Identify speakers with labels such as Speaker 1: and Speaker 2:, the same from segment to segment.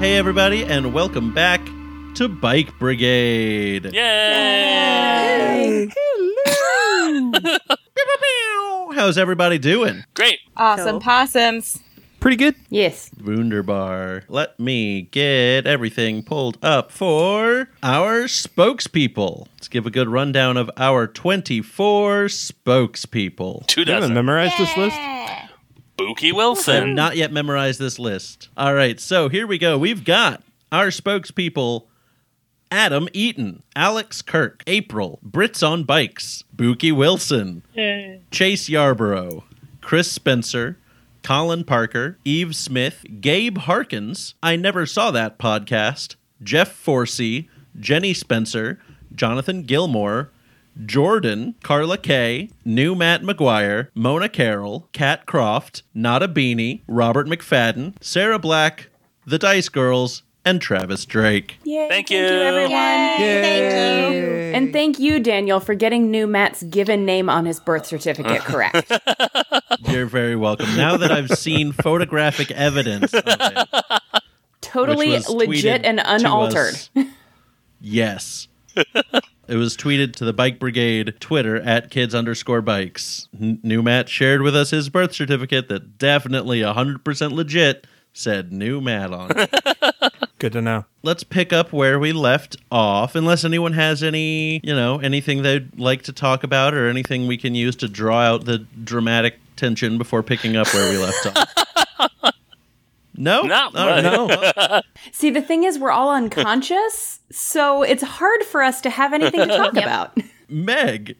Speaker 1: Hey, everybody, and welcome back to Bike Brigade.
Speaker 2: Yay!
Speaker 1: How's everybody doing?
Speaker 2: Great.
Speaker 3: Awesome
Speaker 4: Cool.
Speaker 3: possums.
Speaker 5: Pretty good.
Speaker 4: Yes.
Speaker 1: Wunderbar. Let me get everything pulled up for our spokespeople. Let's give a good rundown of our 24 spokespeople.
Speaker 2: Two
Speaker 5: You haven't
Speaker 2: dozen.
Speaker 5: memorized this list?
Speaker 1: I
Speaker 2: Bookie
Speaker 1: have
Speaker 2: Wilson.
Speaker 1: not yet memorized this list. All right, so here we go. We've got our spokespeople Adam Eaton, Alex Kirk, April, Brits on Bikes, Buki Wilson, Chase Yarborough, Chris Spencer, Colin Parker, Eve Smith, Gabe Harkins, I Never Saw That podcast, Jeff Forsey, Jenny Spencer, Jonathan Gilmore, Jordan, Carla Kay, New Matt McGuire, Mona Carroll, Kat Croft, Nada Beanie, Robert McFadden, Sarah Black, The Dice Girls, and Travis Drake.
Speaker 2: Thank you.
Speaker 4: Thank you. And thank you, Daniel, for getting new Matt's given name on his birth certificate correct.
Speaker 1: You're very welcome. Now that I've seen photographic evidence of it, which
Speaker 4: Totally
Speaker 1: was
Speaker 4: legit
Speaker 1: tweeted
Speaker 4: and
Speaker 1: to us-
Speaker 4: unaltered.
Speaker 1: yes. it was tweeted to the Bike Brigade Twitter at kids underscore bikes. N- New Matt shared with us his birth certificate that definitely 100% legit said New Matt on it.
Speaker 5: Good to know.
Speaker 1: Let's pick up where we left off, unless anyone has any, you know, anything they'd like to talk about or anything we can use to draw out the dramatic tension before picking up where we left off. No?
Speaker 2: Not
Speaker 1: All right.
Speaker 2: much.
Speaker 5: No.
Speaker 4: See, the thing is, we're all unconscious, so it's hard for us to have anything to talk about.
Speaker 1: Meg,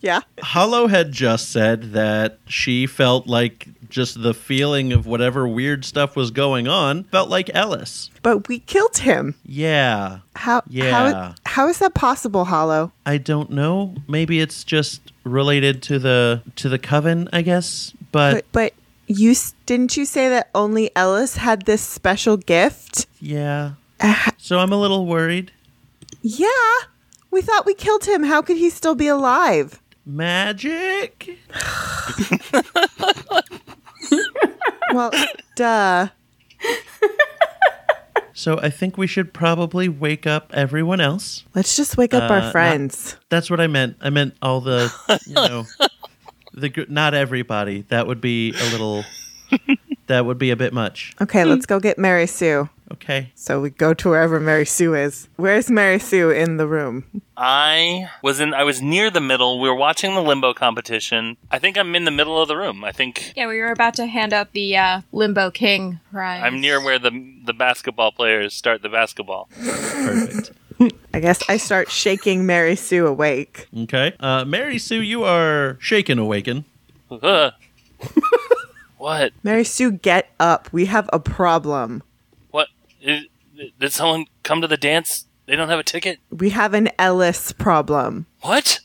Speaker 6: Yeah.
Speaker 1: Hollow had just said that she felt like just the feeling of whatever weird stuff was going on felt like Ellis.
Speaker 6: But we killed him.
Speaker 1: Yeah.
Speaker 6: How
Speaker 1: Yeah.
Speaker 6: how how is that possible, Hollow?
Speaker 1: I don't know. Maybe it's just related to the to the coven, I guess. But
Speaker 6: But but you s- didn't you say that only Ellis had this special gift?
Speaker 1: yeah.
Speaker 6: Ah.
Speaker 1: So I'm a little worried.
Speaker 6: Yeah. We thought we killed him. How could he still be alive?
Speaker 1: Magic?
Speaker 6: Well, duh.
Speaker 1: So I think we should probably wake up everyone else.
Speaker 6: Let's just wake up
Speaker 1: Uh,
Speaker 6: our
Speaker 1: not-
Speaker 6: friends.
Speaker 1: That's what I meant. I meant all the, you know, the gr- not everybody. That would be a little that would be a bit much.
Speaker 6: okay, let's go get Mary Sue.
Speaker 1: Okay.
Speaker 6: So we go to wherever Mary Sue is. Where's Mary Sue in the room?
Speaker 2: I was in. I was near the middle. We were watching the limbo competition. I think I'm in the middle of the room. I think
Speaker 3: Yeah, we were about to hand out the uh, Limbo King prize.
Speaker 2: I'm near where the the basketball players start the basketball.
Speaker 1: Perfect.
Speaker 6: I guess I start shaking Mary Sue awake.
Speaker 1: Okay. Uh, Mary Sue, you are shaken awaken.
Speaker 2: Ugh. what?
Speaker 6: Mary Sue, get up. We have a problem.
Speaker 2: What? Is- did someone come to the dance? They don't have a ticket.
Speaker 6: We have an Ellis problem.
Speaker 2: What?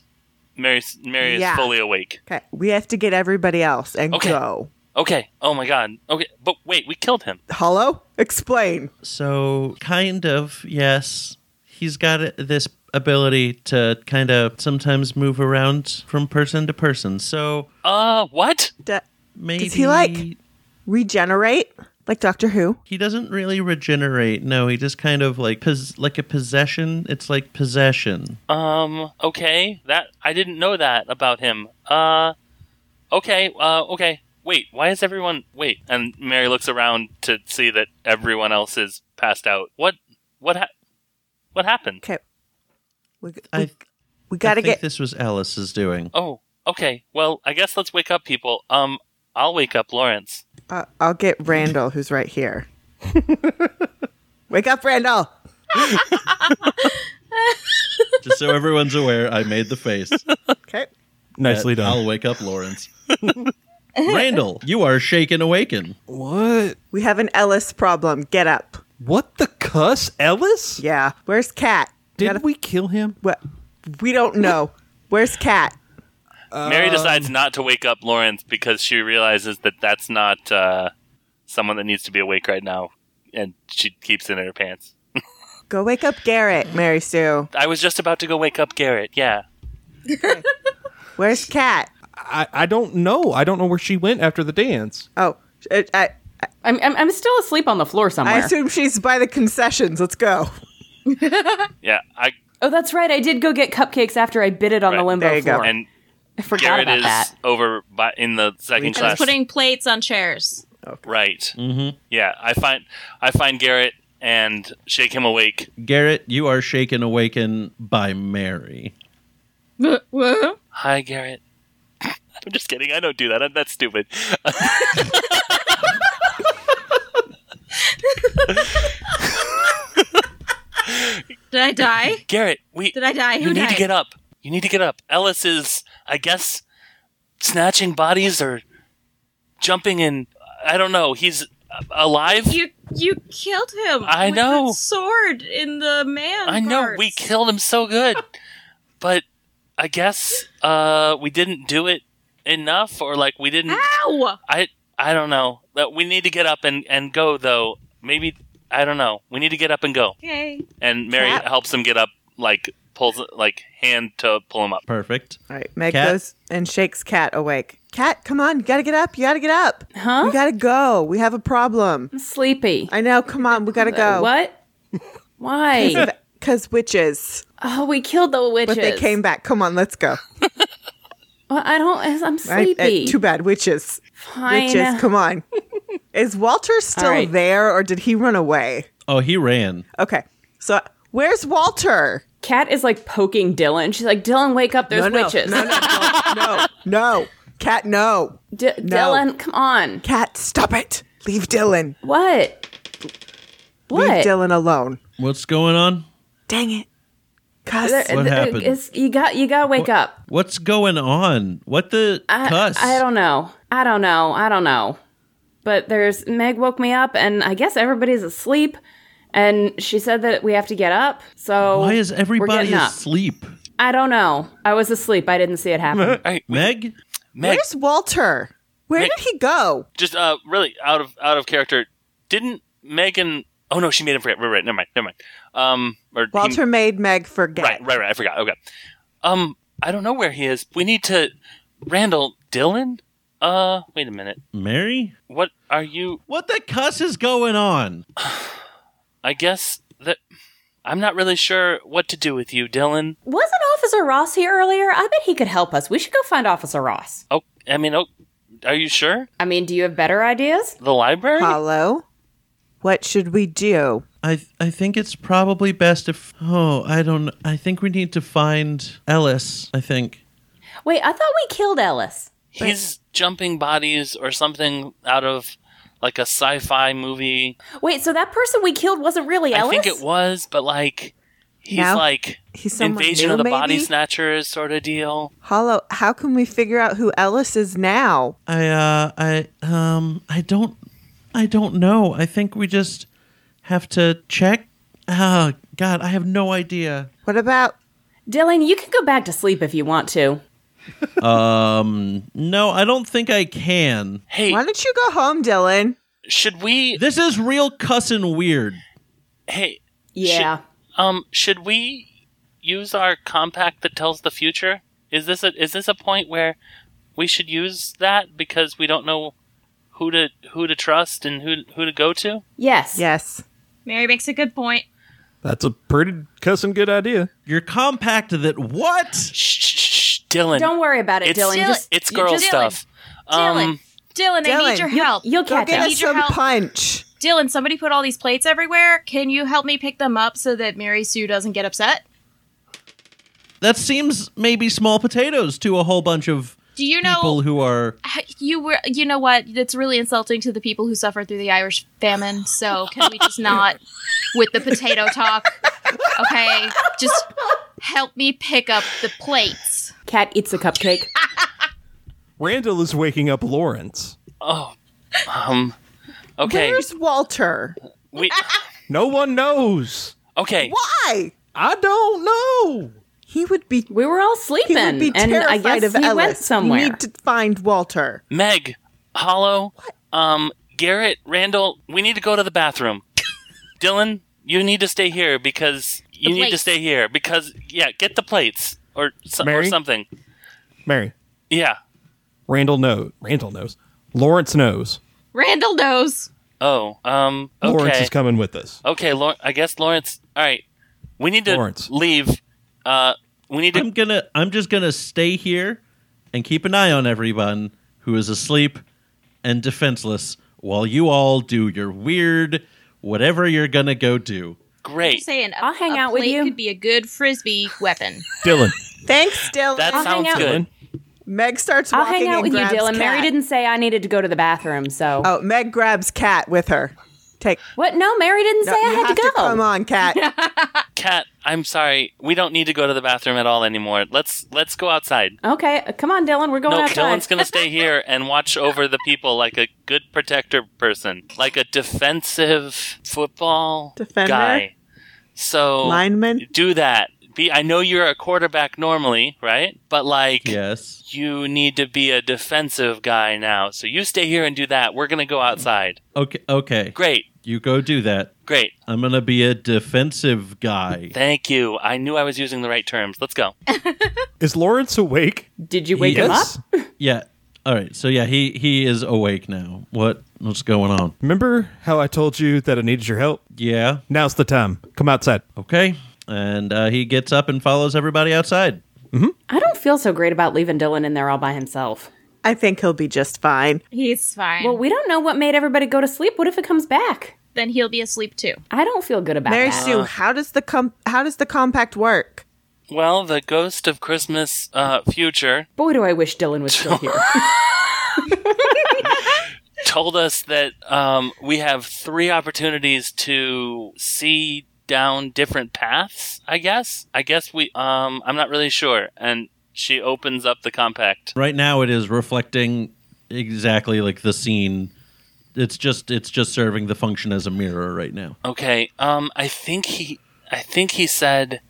Speaker 2: Mary's Mary is
Speaker 6: Yeah.
Speaker 2: fully awake.
Speaker 6: Okay, we have to get everybody else and
Speaker 2: Okay.
Speaker 6: go.
Speaker 2: Okay. Oh my god. Okay. But wait, we killed him.
Speaker 6: Hello? Explain.
Speaker 1: So, kind of, yes. He's got a- this ability to kind of sometimes move around from person to person. So,
Speaker 2: Uh, what?
Speaker 6: D-
Speaker 1: maybe
Speaker 6: he like- regenerate? Like Doctor Who?
Speaker 1: He doesn't really regenerate. No, he just kind of like pos- like a possession. It's like possession.
Speaker 2: Um, okay. That I didn't know that about him. Uh okay, uh okay. Wait, why is everyone wait? And Mary looks around to see that everyone else is passed out. What what ha- what happened?
Speaker 6: Okay. We, we,
Speaker 1: I-
Speaker 6: we gotta
Speaker 1: I think
Speaker 6: get.
Speaker 1: this was Alice's doing.
Speaker 2: Oh, okay. Well, I guess let's wake up people. Um I'll wake up Lawrence.
Speaker 6: Uh, I'll get Randall, who's right here. Wake up, Randall!
Speaker 1: Just so everyone's aware, I made the face.
Speaker 6: Okay.
Speaker 5: Nicely
Speaker 1: that
Speaker 5: done.
Speaker 1: I'll wake up Lawrence. Randall, you are shaken awaken.
Speaker 5: What?
Speaker 6: We have an Ellis problem. Get up.
Speaker 5: What the cuss? Ellis?
Speaker 6: Yeah. Where's Cat?
Speaker 5: Did we kill him?
Speaker 6: What? We don't know. Where's Cat?
Speaker 2: Mary decides not to wake up Lawrence because she realizes that that's not uh someone that needs to be awake right now and she keeps it in her pants.
Speaker 6: Go wake up Garrett, Mary Sue.
Speaker 2: I was just about to go wake up Garrett. Yeah.
Speaker 6: Where's Cat?
Speaker 5: I, I don't know. I don't know where she went after the dance.
Speaker 6: Oh, I, I,
Speaker 4: I'm, I'm, I'm still asleep on the floor somewhere.
Speaker 6: I assume she's by the concessions. Let's go.
Speaker 2: Yeah, I
Speaker 4: oh, that's right. I did go get cupcakes after I bit it on the
Speaker 2: Right.
Speaker 4: limbo
Speaker 6: There you go.
Speaker 4: floor.
Speaker 2: and
Speaker 4: I forgot
Speaker 2: Garrett
Speaker 4: about
Speaker 2: is
Speaker 4: that.
Speaker 2: over by, in the second
Speaker 7: I was
Speaker 2: class.
Speaker 7: putting plates on chairs.
Speaker 2: right. Mm-hmm. Yeah, I find I find Garrett and shake him awake.
Speaker 1: Garrett, you are shaken awaken by Mary.
Speaker 2: Hi, Garrett. I'm just kidding. I don't do that. I'm that stupid.
Speaker 7: Did I die?
Speaker 2: Garrett, we
Speaker 7: Did I die? Who
Speaker 2: you need
Speaker 7: died?
Speaker 2: to get up. You need to get up. Ellis is, I guess, snatching bodies or jumping in. I don't know. He's uh, alive.
Speaker 7: You you killed him.
Speaker 2: I
Speaker 7: with that
Speaker 2: know.
Speaker 7: sword in the man.
Speaker 2: I know
Speaker 7: parts.
Speaker 2: we killed him so good, but I guess uh, we didn't do it enough, or like we
Speaker 7: Ah,
Speaker 2: didn't.
Speaker 7: Ow!
Speaker 2: I I don't know. But We need to get up and and go though. Maybe I don't know. We need to get up and go.
Speaker 7: Okay.
Speaker 2: And Mary
Speaker 6: Cat?
Speaker 2: helps him get up, like pulls like hand to pull him up.
Speaker 1: Perfect.
Speaker 6: All right, Meg
Speaker 1: Cat?
Speaker 6: goes and shakes Cat awake. Cat, come on, you gotta get up. You gotta get up.
Speaker 4: Huh?
Speaker 6: You gotta go. We have a problem.
Speaker 4: I'm sleepy. Uh,
Speaker 6: I know. Come on, we gotta go.
Speaker 4: What? Why?
Speaker 6: Because witches,
Speaker 4: oh, we killed the witches.
Speaker 6: but they came back. Come on, let's go.
Speaker 4: Well, I don't. I'm
Speaker 6: I- I-
Speaker 4: sleepy.
Speaker 6: too bad, witches.
Speaker 4: Fine.
Speaker 6: Witches, come on. Is Walter still
Speaker 4: right.
Speaker 6: there, or did he run away?
Speaker 1: Oh, he ran.
Speaker 6: Okay, so where's Walter?
Speaker 4: Kat is like poking Dylan. She's like, Dylan, wake up. There's
Speaker 6: no,
Speaker 4: witches.
Speaker 6: No, no, no, no, no. Cat, no.
Speaker 4: D-
Speaker 6: no.
Speaker 4: Dylan, come on.
Speaker 6: Cat, stop it. Leave Dylan.
Speaker 4: What?
Speaker 6: Leave
Speaker 4: What?
Speaker 6: Dylan alone.
Speaker 1: What's going on?
Speaker 6: Dang it. Cuss.
Speaker 4: There-
Speaker 1: What
Speaker 4: th-
Speaker 1: happened?
Speaker 4: it's- you got. You got to wake up.
Speaker 1: What's going on? What the
Speaker 4: I,
Speaker 1: cuss?
Speaker 4: I don't know. I don't know. I don't know. But there's Meg woke me up, and I guess everybody's asleep. And she said that we have to get up. So
Speaker 1: Why is
Speaker 4: we're
Speaker 1: everybody
Speaker 4: getting up.
Speaker 1: asleep?
Speaker 4: I don't know. I was asleep. I didn't see it happen.
Speaker 1: Meg?
Speaker 2: Meg,
Speaker 6: Where's Walter? Where
Speaker 2: Meg-
Speaker 6: did he go?
Speaker 2: just uh, really out of out of character. Didn't Megan? Oh no, she made him forget. Right, right. Never mind. Never mind. Um, or he-
Speaker 6: Walter made Meg forget.
Speaker 2: right, right, right. I forgot. Okay. Um, I don't know where he is. We need to. Randall, Dylan. Uh, wait a minute.
Speaker 1: Mary?
Speaker 2: What are you?
Speaker 1: What the cuss is going on?
Speaker 2: I guess that I'm not really sure what to do with you, Dylan.
Speaker 4: Wasn't Officer Ross here earlier? I bet he could help us. We should go find Officer Ross.
Speaker 2: Oh, I mean, oh, are you sure?
Speaker 4: I mean, do you have better ideas?
Speaker 2: The library?
Speaker 6: Hello? What should we do?
Speaker 1: I I think it's probably best if oh I don't I think we need to find Ellis I think
Speaker 4: Wait, I thought we killed Ellis.
Speaker 2: He's jumping bodies or something out of like a sci-fi movie.
Speaker 4: Wait, so that person we killed wasn't really Ellis?
Speaker 2: I think it was, but like he's
Speaker 6: Now
Speaker 2: like
Speaker 6: he's someone
Speaker 2: invasion
Speaker 6: new,
Speaker 2: of the body
Speaker 6: maybe?
Speaker 2: snatchers sort of deal.
Speaker 6: Hollow, how can we figure out who Ellis is now?
Speaker 1: I uh I um I don't I don't know I think we just have to check oh god I have no idea
Speaker 6: What about
Speaker 4: Dylan, you can go back to sleep if you want to.
Speaker 1: Um, no I don't think I can
Speaker 2: Hey,
Speaker 6: why don't you go home, Dylan?
Speaker 2: should we?
Speaker 1: this is real cussing weird
Speaker 2: Hey,
Speaker 4: Yeah.
Speaker 2: um, should we use our compact that tells the future? Is this a is this a point where we should use that because we don't know who to who to trust and who who to go to?
Speaker 4: Yes.
Speaker 6: Yes.
Speaker 7: Mary makes a good point.
Speaker 5: That's a pretty cussing good idea.
Speaker 1: your compact that what
Speaker 2: Shh, shh, shh, Dylan.
Speaker 4: Don't worry about it,
Speaker 2: It's-
Speaker 4: Dylan.
Speaker 7: Dylan,
Speaker 4: Just
Speaker 2: it's
Speaker 4: you
Speaker 2: girl
Speaker 4: just-
Speaker 2: stuff.
Speaker 7: Dylan,
Speaker 2: Um,
Speaker 7: Dylan, I
Speaker 6: Dylan,
Speaker 7: need your
Speaker 6: you-
Speaker 7: help.
Speaker 4: You'll
Speaker 6: Go
Speaker 4: catch
Speaker 6: get
Speaker 7: I
Speaker 4: us.
Speaker 7: need
Speaker 6: us
Speaker 7: your
Speaker 6: some
Speaker 7: help.
Speaker 6: punch.
Speaker 7: Dylan, somebody put all these plates everywhere. Can you help me pick them up so that Mary Sue doesn't get upset?
Speaker 1: that seems maybe small potatoes to a whole bunch of
Speaker 7: Do you know
Speaker 1: people who are
Speaker 7: you were you know what? It's really insulting to the people who suffered through the Irish famine. So can we just not with the potato talk? Okay, just help me pick up the plates.
Speaker 4: Cat eats a cupcake.
Speaker 5: Randall is waking up Lawrence.
Speaker 2: Oh, um, okay.
Speaker 6: Where's Walter?
Speaker 2: We,
Speaker 5: No one knows.
Speaker 2: okay.
Speaker 6: Why?
Speaker 5: I don't know.
Speaker 6: He would be
Speaker 4: We were all
Speaker 6: he
Speaker 4: sleeping.
Speaker 6: would be
Speaker 4: and
Speaker 6: terrified
Speaker 4: I guess
Speaker 6: of
Speaker 4: he
Speaker 6: Ellis.
Speaker 4: went somewhere.
Speaker 6: You need to find Walter.
Speaker 2: Meg, Hollow, um, Garrett, Randall, we need to go to the bathroom. Dylan, you need to stay here because you
Speaker 7: The
Speaker 2: need to
Speaker 7: plates.
Speaker 2: stay here because yeah, get the plates or so, or
Speaker 5: Mary?
Speaker 2: something.
Speaker 5: Mary,
Speaker 2: Yeah.
Speaker 5: Randall knows. Randall knows. Lawrence knows.
Speaker 7: Randall knows.
Speaker 2: Oh, um, okay.
Speaker 5: Lawrence is coming with us.
Speaker 2: Okay, Lawrence. I guess Lawrence. All right, we need to
Speaker 5: Lawrence.
Speaker 2: leave. Uh, we need to.
Speaker 1: I'm gonna I'm just gonna stay here and keep an eye on everyone who is asleep and defenseless while you all do your weird whatever you're gonna go do.
Speaker 2: great.
Speaker 7: Saying a,
Speaker 4: I'll hang
Speaker 7: a
Speaker 4: out with
Speaker 7: plate
Speaker 4: you.
Speaker 7: could be a good frisbee weapon.
Speaker 5: Dylan.
Speaker 6: Thanks, Dylan.
Speaker 2: That
Speaker 4: I'll hang
Speaker 2: sounds
Speaker 4: out.
Speaker 2: good.
Speaker 6: Meg starts
Speaker 4: I'll
Speaker 6: walking
Speaker 4: hang out
Speaker 6: and
Speaker 4: with you,
Speaker 6: grabs
Speaker 4: Dylan. Mary
Speaker 6: Kat.
Speaker 4: didn't say I needed to go to the bathroom, so.
Speaker 6: Oh, Meg grabs Cat with her. Take.
Speaker 4: What? No, Mary didn't
Speaker 6: No,
Speaker 4: say I
Speaker 6: you
Speaker 4: had
Speaker 6: have
Speaker 4: to go.
Speaker 6: come on, Cat.
Speaker 2: Kat, I'm sorry. We don't need to go to the bathroom at all anymore. Let's let's go outside.
Speaker 4: Okay, uh, come on, Dylan. We're going
Speaker 2: no,
Speaker 4: outside.
Speaker 2: Dylan's gonna stay here and watch over the people like a good protector person, like a defensive football
Speaker 6: Defender?
Speaker 2: guy. So
Speaker 6: Lineman.
Speaker 2: do that. Be. I know you're a quarterback normally, right? But like,
Speaker 1: Yes.
Speaker 2: you need to be a defensive guy now. So you stay here and do that. We're gonna go outside.
Speaker 1: Okay okay.
Speaker 2: Great,
Speaker 1: You go do that.
Speaker 2: great.
Speaker 1: I'm gonna be a defensive guy.
Speaker 2: Thank you. I knew I was using the right terms. Let's go.
Speaker 5: Is Lawrence awake?
Speaker 4: Did you wake him up?
Speaker 5: Yes.
Speaker 1: Yeah. All right. So yeah, he he is awake now. What what's going on?
Speaker 5: Remember how I told you that I needed your help?
Speaker 1: Yeah.
Speaker 5: Now's the time. Come outside.
Speaker 1: Okay. And uh, he gets up and follows everybody outside.
Speaker 4: I don't feel so great about leaving Dylan in there all by himself.
Speaker 6: I think he'll be just fine.
Speaker 7: He's fine.
Speaker 4: Well, we don't know what made everybody go to sleep. What if it comes back?
Speaker 7: then he'll be asleep too.
Speaker 4: I don't feel good about
Speaker 6: Mary
Speaker 4: that.
Speaker 6: Sue, how does the com- how does the compact work?
Speaker 2: Well, the ghost of Christmas uh, future
Speaker 4: Boy, do I wish Dylan was still here.
Speaker 2: told us that um, we have three opportunities to see down different paths. I guess. I guess we. Um, I'm not really sure. And she opens up the compact.
Speaker 1: Right now, it is reflecting exactly like the scene. It's just it's just serving the function as a mirror right now.
Speaker 2: Okay. Um, I think he. I think he said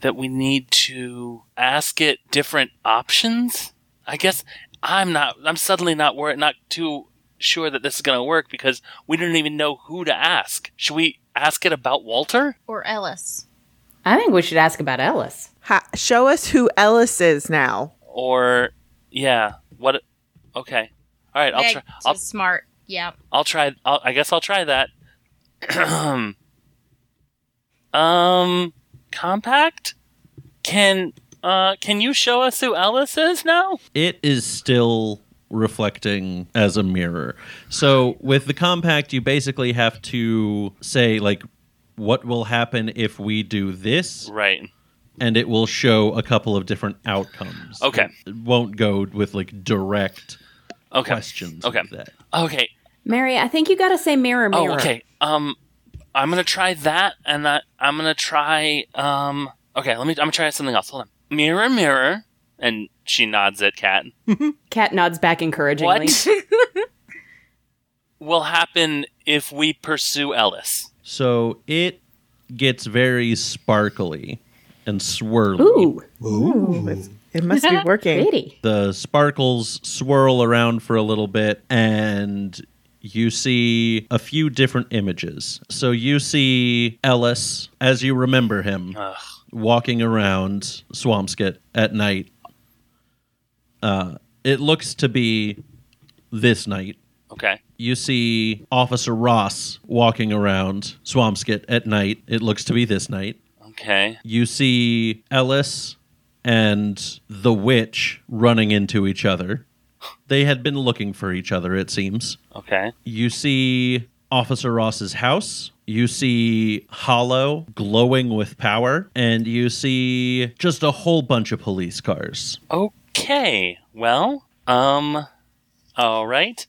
Speaker 2: that we need to ask it different options. I guess I'm not. I'm suddenly not wor- not too sure that this is going to work because we don't even know who to ask. Should we ask it about Walter?
Speaker 7: Or Ellis.
Speaker 4: I think we should ask about Ellis.
Speaker 6: Ha- show us who Ellis is now.
Speaker 2: or yeah what okay all right i'll
Speaker 7: Meg
Speaker 2: try
Speaker 7: was
Speaker 2: I'll,
Speaker 7: smart. Yeah.
Speaker 2: I'll try I'll, i guess i'll try that um compact can uh can you show us who alice is now
Speaker 1: It is still reflecting as a mirror. So with the compact, you basically have to say like what will happen if we do this,
Speaker 2: right
Speaker 1: and it will show a couple of different outcomes.
Speaker 2: Okay.
Speaker 1: it won't go with like direct
Speaker 2: okay
Speaker 1: questions.
Speaker 2: okay
Speaker 1: like that.
Speaker 2: okay
Speaker 4: Mary, I think you gotta say mirror, mirror.
Speaker 2: oh okay um i'm gonna try that and that i'm gonna try um okay let me i'm gonna try something else hold on mirror mirror and she nods at cat
Speaker 4: Cat nods back encouragingly.
Speaker 2: What will happen if we pursue Ellis?
Speaker 1: So it gets very sparkly and swirly.
Speaker 4: Ooh,
Speaker 6: It must be working.
Speaker 4: pretty.
Speaker 1: The sparkles swirl around for a little bit, and you see a few different images. So you see Ellis, as you remember him, walking around Swampskit at night. Uh, it looks to be this night.
Speaker 2: Okay.
Speaker 1: You see Officer Ross walking around Swampskit at night. It looks to be this night.
Speaker 2: Okay.
Speaker 1: you see Ellis and the witch running into each other. They had been looking for each other, it seems.
Speaker 2: Okay.
Speaker 1: You see Officer Ross's house. You see Hollow glowing with power. And you see just a whole bunch of police cars.
Speaker 2: Okay. Well, um all right.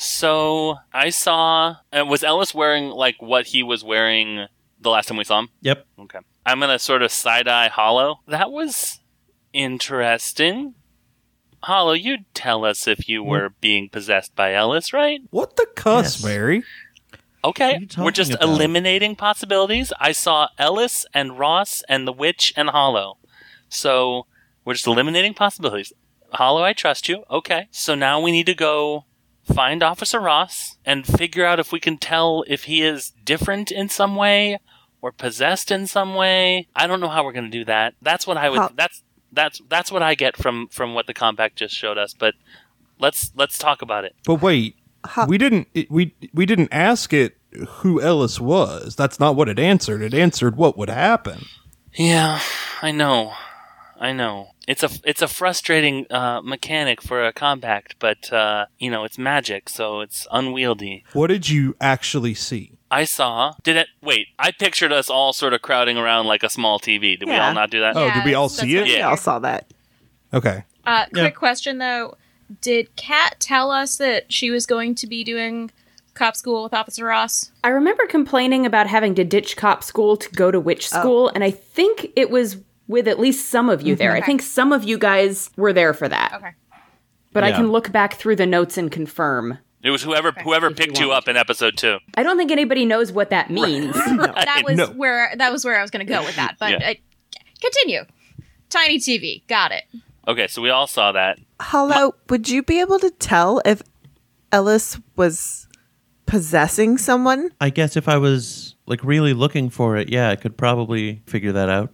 Speaker 2: So, I saw uh, was Ellis wearing like what he was wearing the last time we saw him?
Speaker 1: Yep.
Speaker 2: Okay. I'm going to sort of side-eye Hollow. That was interesting. Hollow, you'd tell us if you were being possessed by Ellis, right?
Speaker 5: What the cuss,
Speaker 1: Yes.
Speaker 5: Mary?
Speaker 1: are
Speaker 2: Okay,
Speaker 1: you
Speaker 2: we're
Speaker 1: talking
Speaker 2: just
Speaker 1: about?
Speaker 2: eliminating possibilities. I saw Ellis and Ross and the Witch and Hollow. So we're just eliminating possibilities. Hollow, I trust you. Okay, so now we need to go find Officer Ross and figure out if we can tell if he is different in some way or possessed in some way. I don't know how we're going to do that. That's what I would.
Speaker 6: Huh.
Speaker 2: That's that's that's what I get from from what the compact just showed us. But let's let's talk about it.
Speaker 5: But wait,
Speaker 6: How-
Speaker 5: we didn't it, we we didn't ask it who Ellis was. That's not what it answered. It answered what would happen.
Speaker 2: Yeah, I know. I know. It's a it's a frustrating uh, mechanic for a compact, but uh, you know it's magic, so it's unwieldy.
Speaker 5: What did you actually see?
Speaker 2: I saw. Did it? Wait, I pictured us all sort of crowding around like a small TV. Did we
Speaker 6: Yeah.
Speaker 2: all not do that?
Speaker 5: Oh,
Speaker 7: Yeah,
Speaker 5: did we all
Speaker 7: that's-
Speaker 5: see
Speaker 7: that's
Speaker 5: it?
Speaker 6: We all saw that.
Speaker 5: Okay.
Speaker 7: Uh, quick
Speaker 1: Yeah.
Speaker 7: question though: Did Kat tell us that she was going to be doing cop school with Officer Ross?
Speaker 4: I remember complaining about having to ditch cop school to go to witch
Speaker 6: Oh.
Speaker 4: school, and I think it was with at least some of you there.
Speaker 6: Mm-hmm.
Speaker 4: I think some of you guys were there for that.
Speaker 7: Okay.
Speaker 4: But I
Speaker 1: Yeah.
Speaker 4: can look back through the notes and confirm.
Speaker 2: It was whoever whoever picked you up in episode two.
Speaker 4: I don't think anybody knows what that means.
Speaker 7: That was
Speaker 5: no.
Speaker 7: where that was where I was going to go with that, but
Speaker 2: Yeah.
Speaker 7: I, continue. Tiny TV, got it.
Speaker 2: Okay, so we all saw that.
Speaker 6: Hello, would you be able to tell if Ellis was possessing someone?
Speaker 1: I guess if I was like really looking for it, yeah, I could probably figure that out.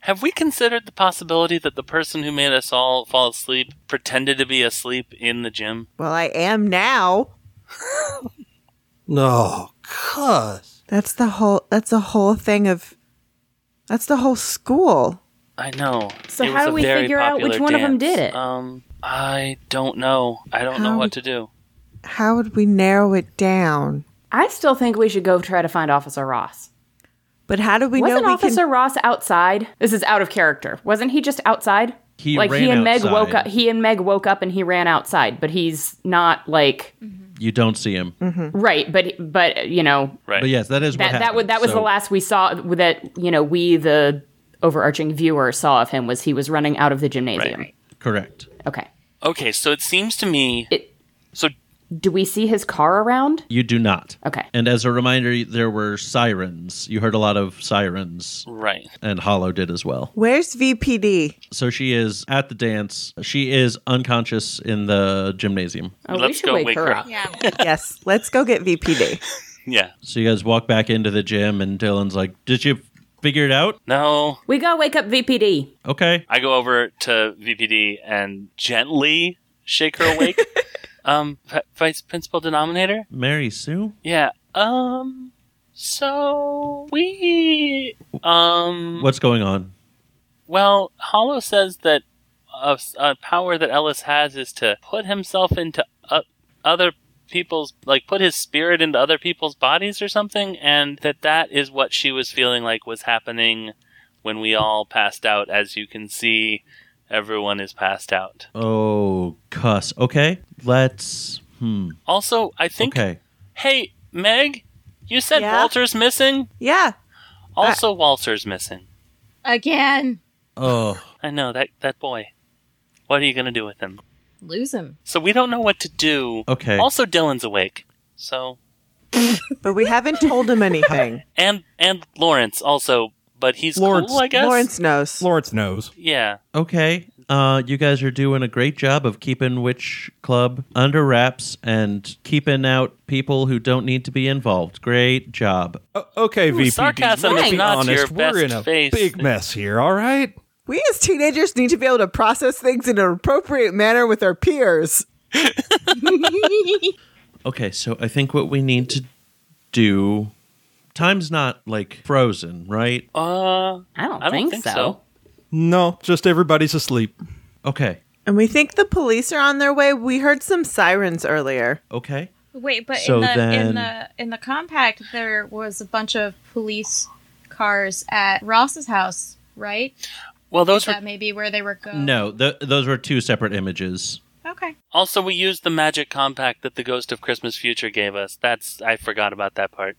Speaker 2: Have we considered the possibility that the person who made us all fall asleep pretended to be asleep in the gym?
Speaker 6: Well, I am now.
Speaker 5: No, cuz.
Speaker 6: That's the whole that's the whole thing of that's the whole school.
Speaker 2: I know.
Speaker 4: So
Speaker 2: It
Speaker 4: how
Speaker 2: was
Speaker 4: do
Speaker 2: a
Speaker 4: we
Speaker 2: very
Speaker 4: figure out which
Speaker 2: popular
Speaker 4: one of 'em
Speaker 2: dance.
Speaker 4: did it?
Speaker 2: Um, I don't know. I don't know
Speaker 6: How-
Speaker 2: what to do.
Speaker 6: How would we narrow it down?
Speaker 4: I still think we should go try to find Officer Ross.
Speaker 6: But how do we
Speaker 4: Wasn't
Speaker 6: know we
Speaker 4: Officer
Speaker 6: can
Speaker 4: Ross outside? This is out of character. Wasn't he just outside?
Speaker 1: He
Speaker 4: like
Speaker 1: ran
Speaker 4: he and Meg
Speaker 1: outside.
Speaker 4: woke up. He and Meg woke up and he ran outside, but he's not like
Speaker 1: You don't see him,
Speaker 2: Mm-hmm.
Speaker 4: right. But but you know
Speaker 2: Right.
Speaker 1: but yes, that is what
Speaker 4: that that was
Speaker 1: happened.
Speaker 4: that was
Speaker 1: So-
Speaker 4: the last we saw that you know we the overarching viewer saw of him was he was running out of the gymnasium.
Speaker 1: Correct.
Speaker 4: Okay.
Speaker 2: Okay, so it seems to me.
Speaker 4: It-
Speaker 2: so
Speaker 4: Do we see his car around?
Speaker 1: You do not.
Speaker 4: Okay.
Speaker 1: And as a reminder, there were sirens. You heard a lot of sirens,
Speaker 2: right.
Speaker 1: and Hollow did as well.
Speaker 6: Where's VPD?
Speaker 1: So she is at the dance. She is unconscious in the gymnasium.
Speaker 4: Oh, we
Speaker 2: Let's
Speaker 4: should
Speaker 2: go
Speaker 4: wake, her up.
Speaker 7: Yeah.
Speaker 6: yes, let's go get VPD.
Speaker 2: Yeah.
Speaker 1: So you guys walk back into the gym, and Dylan's like, "Did you figure it out?
Speaker 2: No.
Speaker 4: We go wake up VPD.
Speaker 1: Okay,
Speaker 2: I go over to VPD and gently shake her awake. um, v- vice principal denominator.
Speaker 1: Mary Sue.
Speaker 2: Yeah. Um. So we. Um.
Speaker 1: What's going on?
Speaker 2: Well, Hollow says that a, s- a power that Ellis has is to put himself into o- other people's, like put his spirit into other people's bodies or something, and that that is what she was feeling like was happening when we all passed out. As you can see, everyone is passed out.
Speaker 1: Oh, cuss. Okay, let's. Hmm.
Speaker 2: Also, I think.
Speaker 1: Okay.
Speaker 2: Hey, Meg, you said
Speaker 6: Yeah?
Speaker 2: Walter's missing.
Speaker 6: Yeah.
Speaker 2: Also, Walter's missing.
Speaker 7: Again,
Speaker 1: Oh,
Speaker 2: I know that that boy. What are you gonna do with him?
Speaker 7: lose him.
Speaker 2: So we don't know what to do.
Speaker 1: okay.
Speaker 2: Also, Dylan's awake. So
Speaker 6: But we haven't told him anything.
Speaker 2: and and Lawrence also, but he's
Speaker 5: Lawrence-
Speaker 2: cool, I guess.
Speaker 6: Lawrence knows.
Speaker 5: Lawrence knows.
Speaker 2: Yeah.
Speaker 1: Okay. Uh, you guys are doing a great job of keeping Witch Club under wraps and keeping out people who don't need to be involved. Great job.
Speaker 5: O- okay, VPD.
Speaker 2: sarcasm
Speaker 5: let's
Speaker 2: is
Speaker 5: be
Speaker 2: not your
Speaker 5: honest. We're
Speaker 2: best
Speaker 5: in a
Speaker 2: face.
Speaker 5: big mess here, all right?
Speaker 6: We as teenagers need to be able to process things in an appropriate manner with our peers.
Speaker 1: Okay, so I think what we need to do. Time's not like frozen, right?
Speaker 2: Uh,
Speaker 4: I don't,
Speaker 2: I don't think, so.
Speaker 5: No, just everybody's asleep.
Speaker 1: Okay.
Speaker 6: And we think the police are on their way. We heard some sirens earlier.
Speaker 1: Okay.
Speaker 7: Wait, but
Speaker 1: So
Speaker 7: in the in
Speaker 1: then-
Speaker 7: the in the compact, there was a bunch of police cars at Ross's house, right?
Speaker 2: Well, those were
Speaker 7: That may be where they were going.
Speaker 1: No, th- those were two separate images.
Speaker 7: Okay.
Speaker 2: also we used the magic compact that the Ghost of Christmas Future gave us. That's I forgot about that part.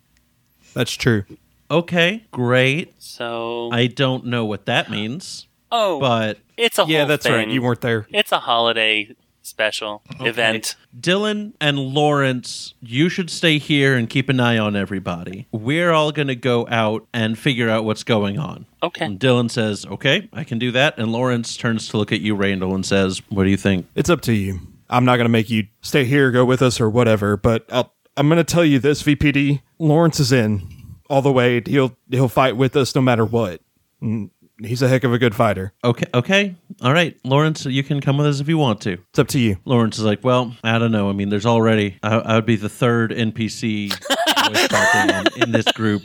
Speaker 5: That's true.
Speaker 1: Okay, great.
Speaker 2: So
Speaker 1: I don't know what that means,
Speaker 2: oh,
Speaker 1: but
Speaker 2: it's a
Speaker 5: Yeah,
Speaker 2: whole
Speaker 5: that's right.
Speaker 2: thing.
Speaker 5: You weren't there.
Speaker 2: It's a holiday special event.
Speaker 1: Dylan and Lawrence, you should stay here and keep an eye on everybody. We're all going to go out and figure out what's going on.
Speaker 2: Okay.
Speaker 1: And Dylan says, "Okay, I can do that." And Lawrence turns to look at you, Randall, and says, "What do you think?"
Speaker 5: It's up to you. I'm not going to make you stay here, go with us, or whatever. But I'll, I'm going to tell you this, VPD. Lawrence is in all the way. He'll he'll fight with us no matter what. Mm, He's a heck of a good fighter.
Speaker 1: Okay, okay. All right, Lawrence, you can come with us if you want to.
Speaker 5: It's up to you.
Speaker 1: Lawrence is like, well, I don't know. I mean, there's already, I, I would be the third NPC voice talking in, in this group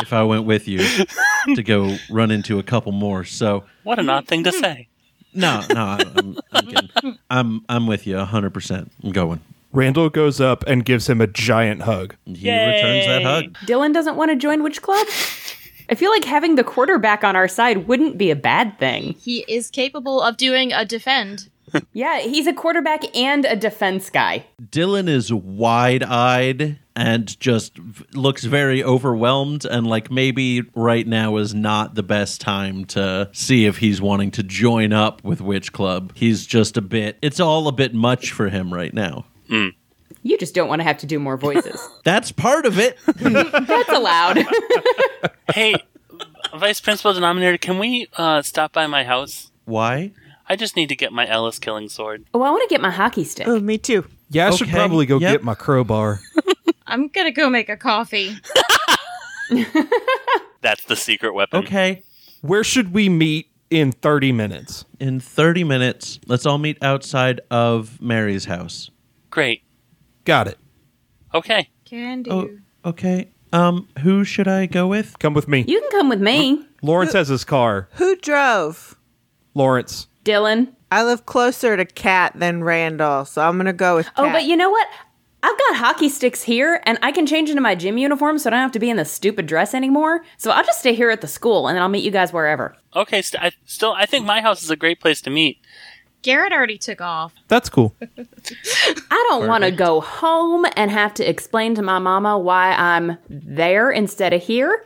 Speaker 1: if I went with you to go run into a couple more. So,
Speaker 2: What an odd
Speaker 5: Hmm.
Speaker 2: thing to say.
Speaker 1: no, no, I'm, I'm, I'm kidding. I'm, I'm with you 100%. I'm going.
Speaker 5: Randall goes up and gives him a giant hug.
Speaker 1: He returns that hug.
Speaker 4: Dylan doesn't want to join which club? I feel like having the quarterback on our side wouldn't be a bad thing.
Speaker 7: He is capable of doing a defend.
Speaker 4: Yeah, he's a quarterback and a defense guy.
Speaker 1: Dylan is wide eyed and just v- looks very overwhelmed and like maybe right now is not the best time to see if he's wanting to join up with which club. He's just a bit, it's all a bit much for him right now.
Speaker 4: You just don't want to have to do more voices.
Speaker 1: That's part of it.
Speaker 4: That's allowed.
Speaker 2: Hey, Vice Principal Denominator, can we uh, stop by my house?
Speaker 1: Why?
Speaker 2: I just need to get my Ellis Killing Sword.
Speaker 4: oh, I want to get my hockey stick.
Speaker 6: Oh, me too.
Speaker 5: Yeah, I should
Speaker 1: Okay,
Speaker 5: probably go
Speaker 1: yep.
Speaker 5: get my crowbar.
Speaker 7: I'm gonna go make a coffee.
Speaker 2: That's the secret weapon.
Speaker 1: Okay.
Speaker 5: Where should we meet in 30 minutes?
Speaker 1: In 30 minutes, let's all meet outside of Mary's house.
Speaker 2: Great.
Speaker 5: Got it.
Speaker 2: Okay.
Speaker 7: Can do.
Speaker 1: Oh, okay. Um, who should I go with?
Speaker 5: Come with me.
Speaker 4: You can come with me,
Speaker 5: Lawrence has his car.
Speaker 6: Who drove?
Speaker 5: Lawrence.
Speaker 4: Dylan.
Speaker 6: I live closer to Kat than Randall, so I'm gonna go with.
Speaker 4: Oh,
Speaker 6: Kat.
Speaker 4: but you know what? I've got hockey sticks here, and I can change into my gym uniform so I don't have to be in this stupid dress anymore. So I'll just stay here at the school, and then I'll meet you guys wherever.
Speaker 2: Okay. St- I, still, I think my house is a great place to meet.
Speaker 7: Garrett already took off.
Speaker 5: That's cool.
Speaker 4: I don't want to go home and have to explain to my mama why I'm there instead of here.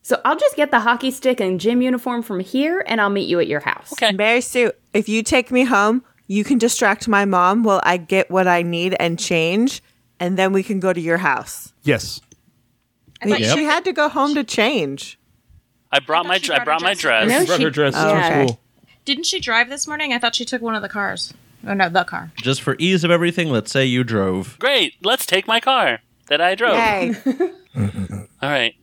Speaker 4: So I'll just get the hockey stick and gym uniform from here, and I'll meet you at your house.
Speaker 2: Okay.
Speaker 6: Mary Sue, if you take me home, you can distract my mom while I get what I need and change, and then we can go to your house.
Speaker 5: Yes.
Speaker 7: I thought you
Speaker 6: She
Speaker 7: said-
Speaker 6: had to go home to change.
Speaker 2: I brought
Speaker 7: thought
Speaker 2: my
Speaker 7: she
Speaker 2: dr- I brought
Speaker 7: brought her
Speaker 2: my
Speaker 7: dress.
Speaker 2: dress.
Speaker 4: No, she- yeah.
Speaker 7: Didn't she drive this morning? I thought she took one of the cars. Oh no, the car.
Speaker 1: Just for ease of everything, let's say you drove.
Speaker 2: Great. Let's take my car that I drove.
Speaker 6: Hey,
Speaker 2: All right.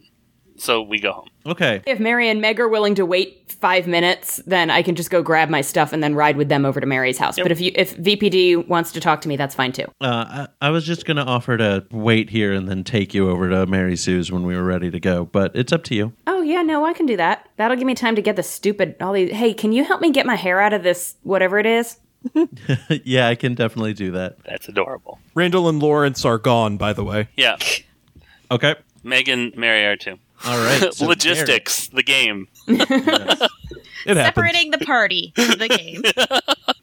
Speaker 2: So we go home.
Speaker 1: Okay.
Speaker 4: If Mary and Meg are willing to wait five minutes, then I can just go grab my stuff and then ride with them over to Mary's house. But if you if VPD wants to talk to me, that's fine too.
Speaker 1: Uh, I, I was just going to offer to wait here and then take you over to Mary Sue's when we were ready to go, but it's up to you.
Speaker 4: Oh yeah, no, I can do that. That'll give me time to get the stupid all these. Hey, can you help me get my hair out of this whatever it is?
Speaker 1: yeah, I can definitely do that.
Speaker 2: That's adorable.
Speaker 5: Randall and Lawrence are gone, by the way.
Speaker 2: Yeah.
Speaker 1: Okay.
Speaker 2: Megan, Mary are too.
Speaker 1: All right. so
Speaker 2: Logistics, the game.
Speaker 1: Garrett, yes.
Speaker 5: It happens.
Speaker 7: Separating the party, from the game.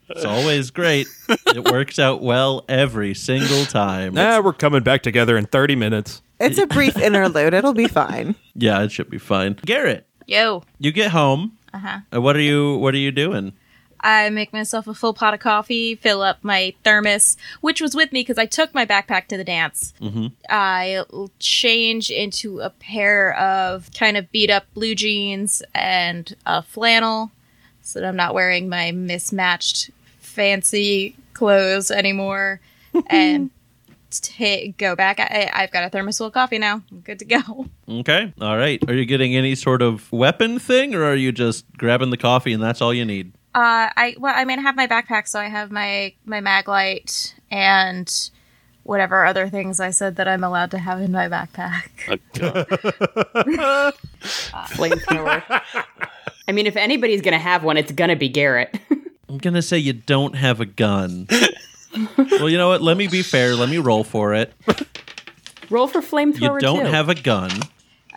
Speaker 1: it's always great. It works out well every single time.
Speaker 5: Nah, we're coming back together in 30 minutes.
Speaker 6: it's a brief interlude. It'll be fine.
Speaker 1: Yeah, it should be fine. Garrett,
Speaker 7: Yo,
Speaker 1: you get home.
Speaker 7: Uh-huh.
Speaker 1: Uh, What are you What are you doing?
Speaker 7: I make myself a full pot of coffee, fill up my thermos, which was with me because I took my backpack to the dance.
Speaker 1: Mhm.
Speaker 7: I l- change into a pair of kind of beat up blue jeans and a flannel so that I'm not wearing my mismatched fancy clothes anymore. and ta go back. I, I've got a thermos full of coffee now. I'm good to go.
Speaker 1: Okay. All right. Are you getting any sort of weapon thing, or are you just grabbing the coffee and that's all you need?
Speaker 7: Uh, I well, I mean, I have my backpack, so I have my my mag light and whatever other things I said that I'm allowed to have in my backpack.
Speaker 2: Oh,
Speaker 4: Flamethrower. I mean, if anybody's gonna have one, it's gonna be Garrett.
Speaker 1: I'm gonna say you don't have a gun. well, you know what? Let me be fair. Let me roll for it.
Speaker 4: Roll for flamethrower.
Speaker 1: You don't
Speaker 4: too.
Speaker 1: have a gun.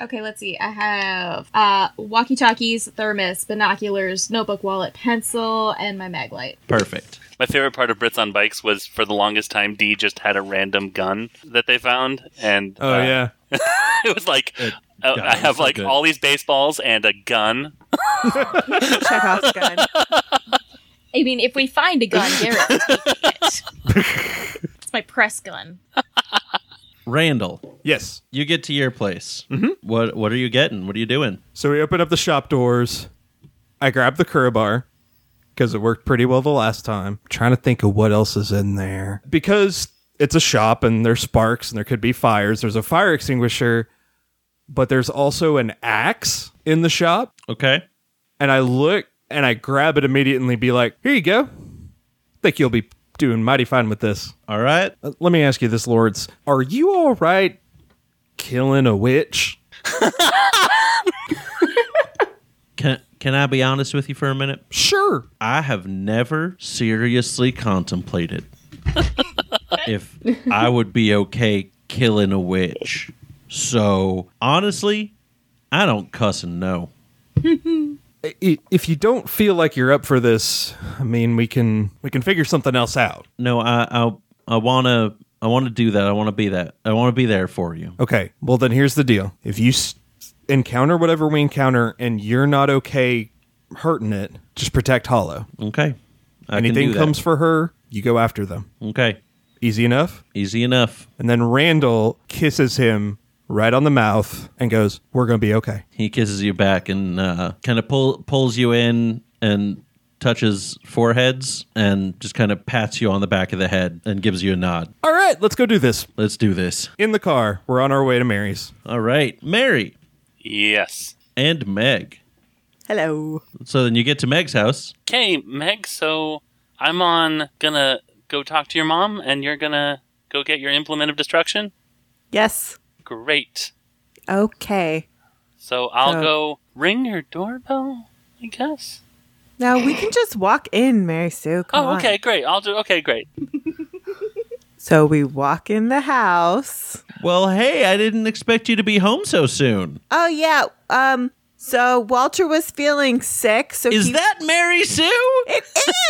Speaker 7: Okay, let's see. I have uh, walkie talkies, thermos, binoculars, notebook, wallet, pencil, and my mag light.
Speaker 1: Perfect.
Speaker 2: My favorite part of Brits on Bikes was for the longest time, D just had a random gun that they found. And
Speaker 5: Oh,
Speaker 2: uh,
Speaker 5: yeah.
Speaker 2: it was like, uh,
Speaker 1: God,
Speaker 2: I have
Speaker 1: it's so
Speaker 2: like
Speaker 1: good.
Speaker 2: all these baseballs and a gun.
Speaker 6: Chekhov's gun.
Speaker 7: I mean, if we find a gun, Garrett, taking it. it's my press gun.
Speaker 1: Randall,
Speaker 5: Yes.
Speaker 1: you get to your place. Mm-hmm. What What are you getting? What are you doing?
Speaker 5: So we open up the shop doors. I grab the crowbar because it worked pretty well the last time. trying to think of what else is in there. Because it's a shop and there's sparks and there could be fires. There's a fire extinguisher, but there's also an axe in the shop.
Speaker 1: Okay.
Speaker 5: and I look and I grab it immediately and be like, here you go. Think you'll be doing mighty fine with this.
Speaker 1: All right.
Speaker 5: Uh, Let me ask you this, Lords. Are you all right killing a witch?
Speaker 1: Can can I be honest with you for a minute?
Speaker 5: Sure.
Speaker 1: I have never seriously contemplated if I would be okay killing a witch. So honestly, I don't cuss and no.
Speaker 5: I- If you don't feel like you're up for this, I mean, we can we can figure something else out.
Speaker 1: No, I I I wanna I wanna do that. I wanna be that. I wanna be there for you.
Speaker 5: Okay. Well, then here's the deal. If you s- encounter whatever we encounter and you're not okay hurting it, just protect Hollow.
Speaker 1: Okay. I can do
Speaker 5: Anything
Speaker 1: that.
Speaker 5: comes for her, you go after them.
Speaker 1: Okay.
Speaker 5: Easy enough.
Speaker 1: Easy enough.
Speaker 5: And then Randall kisses him right on the mouth and goes, "We're going to be okay."
Speaker 1: He kisses you back and uh, kind of pull pulls you in and touches foreheads and just kind of pats you on the back of the head and gives you a nod.
Speaker 5: All right, let's go do this.
Speaker 1: Let's do this.
Speaker 5: In the car, we're on our way to Mary's.
Speaker 1: All right, Mary
Speaker 2: Yes.
Speaker 1: and Meg.
Speaker 6: Hello.
Speaker 1: So then you get to Meg's house.
Speaker 2: Okay, Meg, so I'm on gonna go talk to your mom and you're gonna go get your implement of destruction?
Speaker 6: Yes.
Speaker 2: Great.
Speaker 6: Okay.
Speaker 2: So I'll
Speaker 6: Uh,
Speaker 2: go ring your doorbell, I guess.
Speaker 6: Now we can just walk in, Mary Sue. Come
Speaker 2: Oh,
Speaker 6: on.
Speaker 2: okay, great. I'll do okay, great.
Speaker 6: So we walk in the house.
Speaker 1: Well, hey, I didn't expect you to be home so soon.
Speaker 6: Oh yeah. Um. So Walter was feeling sick. So
Speaker 1: Is
Speaker 6: he
Speaker 1: that Mary Sue?
Speaker 6: It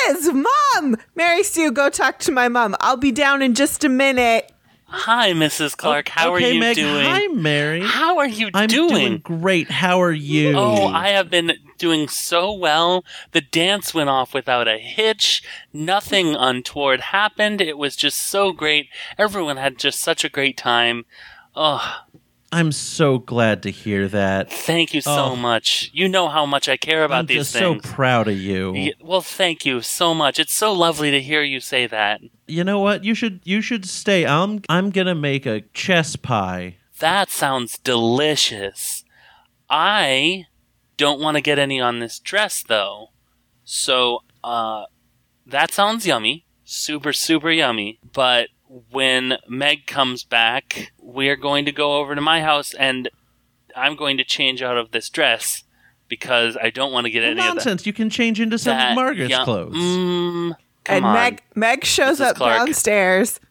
Speaker 6: is, Mom. Mary Sue, go talk to my mom. I'll be down in just a minute.
Speaker 2: Hi, Mrs. Clark. How
Speaker 1: Oh, okay,
Speaker 2: are you
Speaker 1: Meg.
Speaker 2: doing?
Speaker 1: Hi, Mary.
Speaker 2: How are you
Speaker 1: I'm doing? great. How are you?
Speaker 2: Oh, I have been doing so well. The dance went off without a hitch. Nothing untoward happened. It was just so great. Everyone had just such a great time. Oh,
Speaker 1: I'm so glad to hear that.
Speaker 2: thank you so
Speaker 1: Oh.
Speaker 2: much. You know how much I care about
Speaker 1: I'm
Speaker 2: these
Speaker 1: just
Speaker 2: things.
Speaker 1: so proud of you.
Speaker 2: Y- well, thank you so much. It's so lovely to hear you say that.
Speaker 1: You know what? You should you should stay. I'm I'm gonna make a chess pie.
Speaker 2: That sounds delicious. I don't want to get any on this dress though. So, uh, that sounds yummy. Super, super yummy. But when Meg comes back, we're going to go over to my house and I'm going to change out of this dress because I don't want to get any of
Speaker 1: Nonsense! You can change into
Speaker 2: that.
Speaker 1: some of
Speaker 2: that
Speaker 1: Margaret's
Speaker 2: yum-
Speaker 1: clothes.
Speaker 2: Mm, come
Speaker 6: and
Speaker 2: on.
Speaker 6: Meg Meg shows
Speaker 2: Mrs.
Speaker 6: up
Speaker 2: Clark.
Speaker 6: downstairs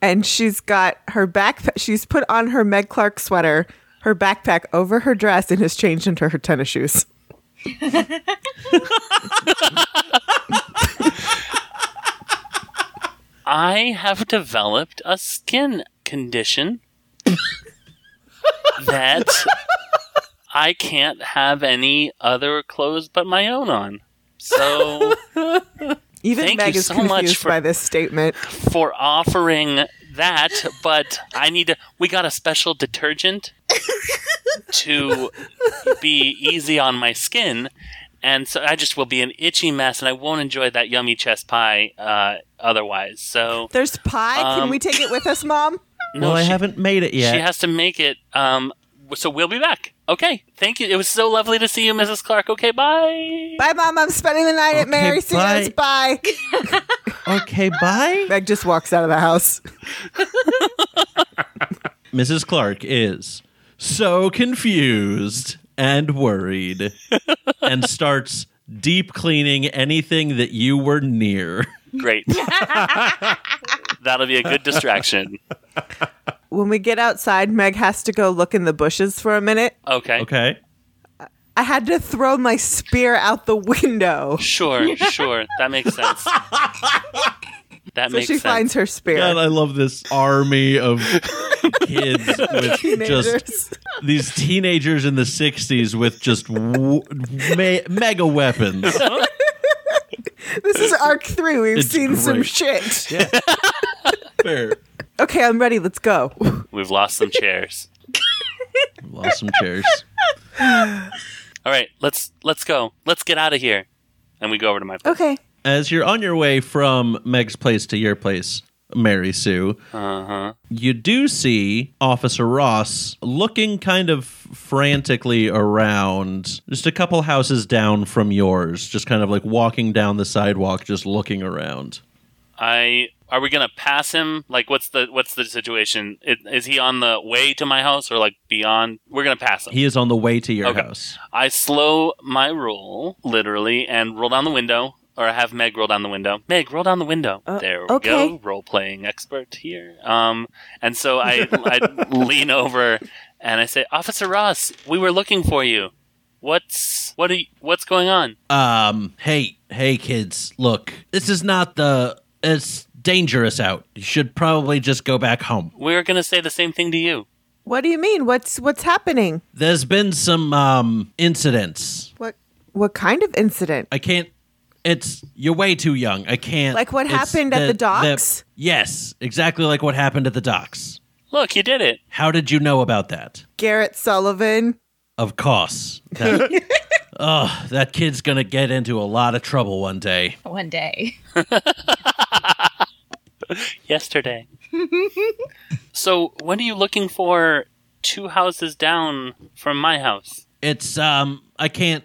Speaker 6: and she's got her backpack she's put on her Meg Clark sweater, her backpack over her dress and has changed into her tennis shoes.
Speaker 2: I have developed a skin condition that I can't have any other clothes but my own on. So,
Speaker 6: Even
Speaker 2: Thank
Speaker 6: Meg
Speaker 2: you
Speaker 6: is
Speaker 2: so much
Speaker 6: confused
Speaker 2: for-
Speaker 6: by this statement.
Speaker 2: for offering that, but I need to. We got a special detergent to be easy on my skin. And so I just will be an itchy mess, and I won't enjoy that yummy chest pie uh, otherwise. So
Speaker 6: There's pie.
Speaker 2: Um,
Speaker 6: Can we take it with us, Mom?
Speaker 2: no,
Speaker 1: well, I
Speaker 2: she-
Speaker 1: haven't made it
Speaker 2: She
Speaker 1: yet.
Speaker 2: has to make it. Um, so we'll be back. Okay. Thank you. It was so lovely to see you, Mrs. Clark. Okay. Bye.
Speaker 6: Bye, Mom. I'm spending the night at
Speaker 1: Okay,
Speaker 6: Mary Sue's. Bye.
Speaker 1: okay, bye.
Speaker 6: Meg just walks out of the house.
Speaker 1: Mrs. Clark is so confused and worried, and starts deep cleaning anything that you were near.
Speaker 2: Great. That'll be a good distraction.
Speaker 6: When we get outside, Meg has to go look in the bushes for a minute.
Speaker 2: Okay.
Speaker 1: Okay.
Speaker 6: I had to throw my spear out the window.
Speaker 2: Sure. Sure. That makes sense. That
Speaker 6: So
Speaker 2: makes
Speaker 6: she
Speaker 2: sense.
Speaker 6: finds her spear.
Speaker 1: God, I love this army of kids with just
Speaker 6: Teenagers.
Speaker 1: these teenagers in the 60s with just w- me- mega weapons.
Speaker 6: This is arc three. We've
Speaker 1: It's
Speaker 6: seen some
Speaker 1: great.
Speaker 6: shit.
Speaker 1: Fair.
Speaker 6: Okay, I'm ready. Let's go.
Speaker 2: We've lost some chairs.
Speaker 1: Lost some chairs.
Speaker 2: All right. Let's let's go. Let's get out of here. And we go over to my place.
Speaker 6: Okay.
Speaker 1: As you're on your way from Meg's place to your place, Mary Sue,
Speaker 2: Uh huh.
Speaker 1: you do see Officer Ross looking kind of frantically around, just a couple houses down from yours, just kind of like walking down the sidewalk, just looking around.
Speaker 2: I are we gonna pass him? Like, what's the what's the situation? Is, is he on the way to my house or like beyond? We're gonna pass him.
Speaker 1: He is on the way to your
Speaker 2: Okay.
Speaker 1: house.
Speaker 2: I slow my roll literally and roll down the window, or I have Meg roll down the window. Meg, roll down the window.
Speaker 6: Uh,
Speaker 2: there we
Speaker 6: okay.
Speaker 2: go. Role playing expert here. Um, and so I I lean over and I say, Officer Ross, we were looking for you. What's what are you, what's going on?
Speaker 1: Um, hey, hey, kids, look, this is not the. It's dangerous out. You should probably just go back home.
Speaker 2: We're gonna say the same thing to you.
Speaker 6: What do you mean? What's what's happening?
Speaker 1: There's been some um incidents.
Speaker 6: What what kind of incident?
Speaker 1: I can't. It's you're way too young. I can't.
Speaker 6: Like what
Speaker 1: it's
Speaker 6: happened at the docks?
Speaker 1: yes, exactly like what happened at the docks.
Speaker 2: Look, you did it.
Speaker 1: How did you know about that?
Speaker 6: Garrett Sullivan.
Speaker 1: Of course. That, Ugh, that kid's gonna get into a lot of trouble one day.
Speaker 3: One day.
Speaker 2: Yesterday. so what are you looking for two houses down from my house?
Speaker 1: It's um, I can't.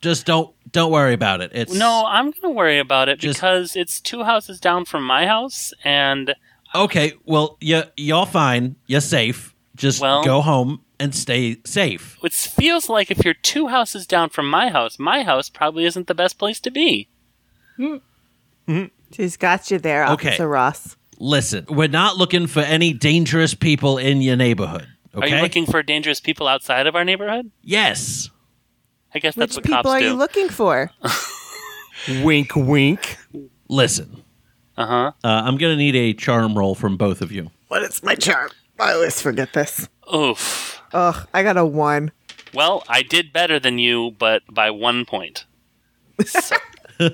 Speaker 1: Just don't don't worry about it. It's
Speaker 2: No, I'm going to worry about it
Speaker 1: Just-
Speaker 2: because it's two houses down from my house, and
Speaker 1: Okay, well, you y'all fine. You're safe. Just
Speaker 2: Well-
Speaker 1: go home and stay safe.
Speaker 2: it feels like if you're two houses down from my house, my house probably isn't the best place to be.
Speaker 6: She's got you there,
Speaker 1: Okay.
Speaker 6: Officer Ross.
Speaker 1: Listen, we're not looking for any dangerous people in your neighborhood. Okay.
Speaker 2: Are you looking for dangerous people outside of our neighborhood?
Speaker 1: yes.
Speaker 2: I guess that's
Speaker 6: Which
Speaker 2: what cops
Speaker 6: people are
Speaker 2: do.
Speaker 6: you looking for?
Speaker 5: Wink, wink.
Speaker 1: Listen,
Speaker 2: uh huh.
Speaker 1: uh, I'm gonna need a charm roll from both of you.
Speaker 6: what is my charm? I always forget this.
Speaker 2: Oof.
Speaker 6: Ugh, I got a one.
Speaker 2: Well, I did better than you, but by one point. So-
Speaker 3: You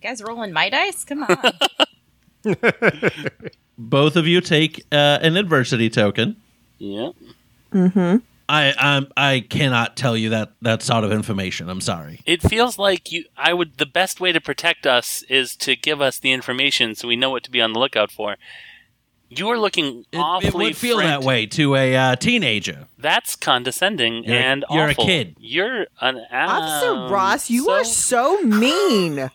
Speaker 3: guys rolling my dice? Come on.
Speaker 1: Both of you take uh, an adversity token.
Speaker 2: yeah.
Speaker 1: I I'm, I cannot tell you that that sort of information. I'm sorry.
Speaker 2: It feels like you. I would. The best way to protect us is to give us the information so we know what to be on the lookout for. You are looking
Speaker 1: It,
Speaker 2: awfully.
Speaker 1: it would feel
Speaker 2: frantic.
Speaker 1: that way to a uh, teenager.
Speaker 2: That's condescending
Speaker 1: You're a-
Speaker 2: and
Speaker 1: you're a
Speaker 2: awful.
Speaker 1: kid.
Speaker 2: You're an
Speaker 6: Officer
Speaker 2: um,
Speaker 6: Ross, you are so mean.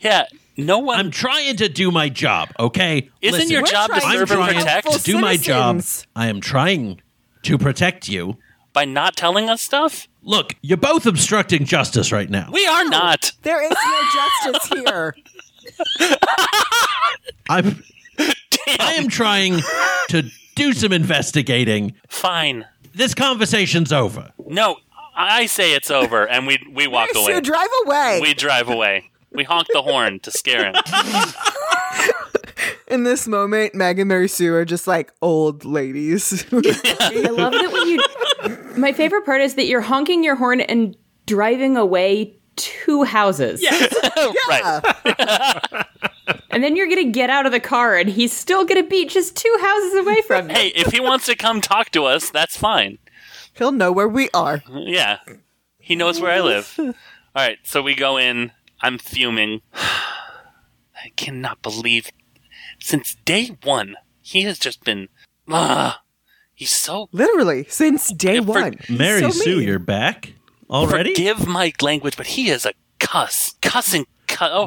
Speaker 2: yeah. No one.
Speaker 1: I'm trying to do my job. Okay.
Speaker 2: Isn't
Speaker 1: Listen,
Speaker 2: your
Speaker 6: We're
Speaker 2: job to
Speaker 6: trying
Speaker 2: serve
Speaker 1: to
Speaker 2: and
Speaker 1: be
Speaker 2: protect
Speaker 6: helpful.
Speaker 1: to do my job.
Speaker 6: citizens.
Speaker 1: I am trying to protect you.
Speaker 2: by not telling us stuff.
Speaker 1: Look, you're both obstructing justice right now.
Speaker 2: We are not.
Speaker 6: There is no justice here.
Speaker 1: I'm, I am trying to do some investigating.
Speaker 2: Fine.
Speaker 1: This conversation's over.
Speaker 2: No, I say it's over, and we we walk
Speaker 6: Yes,
Speaker 2: away.
Speaker 6: you drive away.
Speaker 2: we drive away. We honk the horn to scare him.
Speaker 6: In this moment, Meg and Mary Sue are just like old ladies.
Speaker 4: I love that when you. My favorite part is that you're honking your horn and driving away two houses. Yeah.
Speaker 2: Right.
Speaker 4: And then you're going to get out of the car and he's still going to be just two houses away from you.
Speaker 2: Hey, if he wants to come talk to us, that's fine.
Speaker 6: He'll know where we are.
Speaker 2: Yeah. He knows where I live. All right, so we go in. I'm fuming. I cannot believe since day 1 he has just been Ugh. He's so
Speaker 6: Literally, since day
Speaker 2: for-
Speaker 6: one.
Speaker 1: Mary
Speaker 6: So
Speaker 1: Sue,
Speaker 6: mean.
Speaker 1: you're back already.
Speaker 2: forgive my language, but he is a cuss. Cussing cu- Oh,